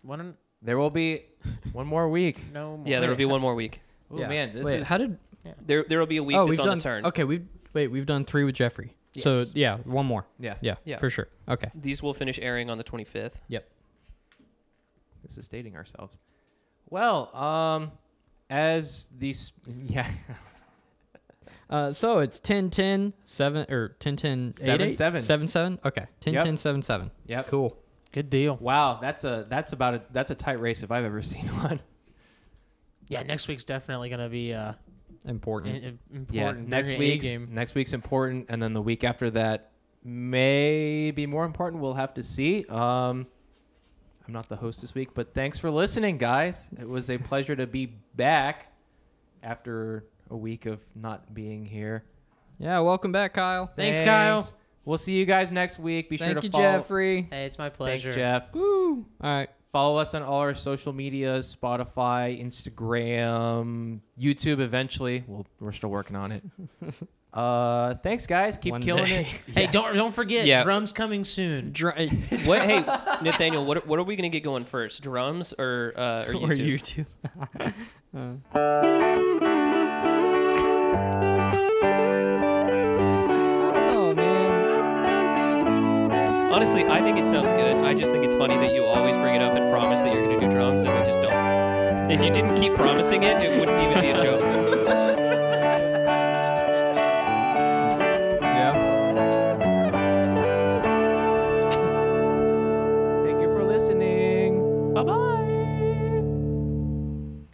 Speaker 3: One
Speaker 2: there will be one more week.
Speaker 3: no more.
Speaker 1: yeah, there will be one more week.
Speaker 2: Oh
Speaker 4: Yeah.
Speaker 2: man, this
Speaker 4: Wait,
Speaker 2: is
Speaker 4: how did
Speaker 1: There there will be a week
Speaker 4: oh
Speaker 1: that's
Speaker 4: we've
Speaker 1: on
Speaker 4: done
Speaker 1: the turn.
Speaker 4: okay we've wait we've done three with Jeffrey so
Speaker 1: Yes.
Speaker 4: yeah one more
Speaker 2: yeah.
Speaker 4: yeah,
Speaker 1: Yeah.
Speaker 4: for sure okay
Speaker 1: These will finish airing on the twenty fifth.
Speaker 2: This is dating ourselves. Well, um, as these yeah
Speaker 4: uh so it's 10 10 7 or 10 10
Speaker 2: Seven, seven.
Speaker 4: 7 7 okay 10
Speaker 2: Yep.
Speaker 4: 10 7 7
Speaker 2: yep.
Speaker 4: cool
Speaker 3: Good deal.
Speaker 2: Wow, that's a that's about a that's a tight race if I've ever seen one.
Speaker 3: Yeah, next week's definitely gonna be uh
Speaker 4: important
Speaker 3: i- i- important.
Speaker 2: Yeah,
Speaker 3: Bring
Speaker 2: next
Speaker 3: your A
Speaker 2: week's
Speaker 3: game.
Speaker 2: next week's important, and then the week after that may be more important. We'll have to see. Um, I'm not the host this week, but thanks for listening, guys. It was a pleasure to be back after a week of not being here.
Speaker 4: yeah welcome back Kyle
Speaker 3: Thanks, Kyle.
Speaker 2: We'll see you guys next week. Be sure
Speaker 4: thank
Speaker 2: to
Speaker 4: you
Speaker 2: follow.
Speaker 4: Jeffrey
Speaker 3: Hey, it's my
Speaker 2: Thanks,
Speaker 3: pleasure.
Speaker 2: Jeff.
Speaker 4: Woo. all right
Speaker 2: Follow us on all our social medias: Spotify, Instagram, YouTube. Eventually, we'll, we're still working on it. Uh, thanks, guys. Keep
Speaker 4: One
Speaker 2: killing
Speaker 4: day.
Speaker 2: it.
Speaker 3: Hey, don't don't forget,
Speaker 1: Yeah.
Speaker 3: drums coming soon.
Speaker 4: Dr-
Speaker 1: What? Hey, Nathaniel, what are- what are we gonna get going first? Drums or uh, or YouTube?
Speaker 4: YouTube. Uh. oh man.
Speaker 1: Honestly, I think it sounds good. I just think it's funny that you always bring it up and promise that you're gonna do drums and then just don't. If you didn't keep promising it, it wouldn't even be a joke.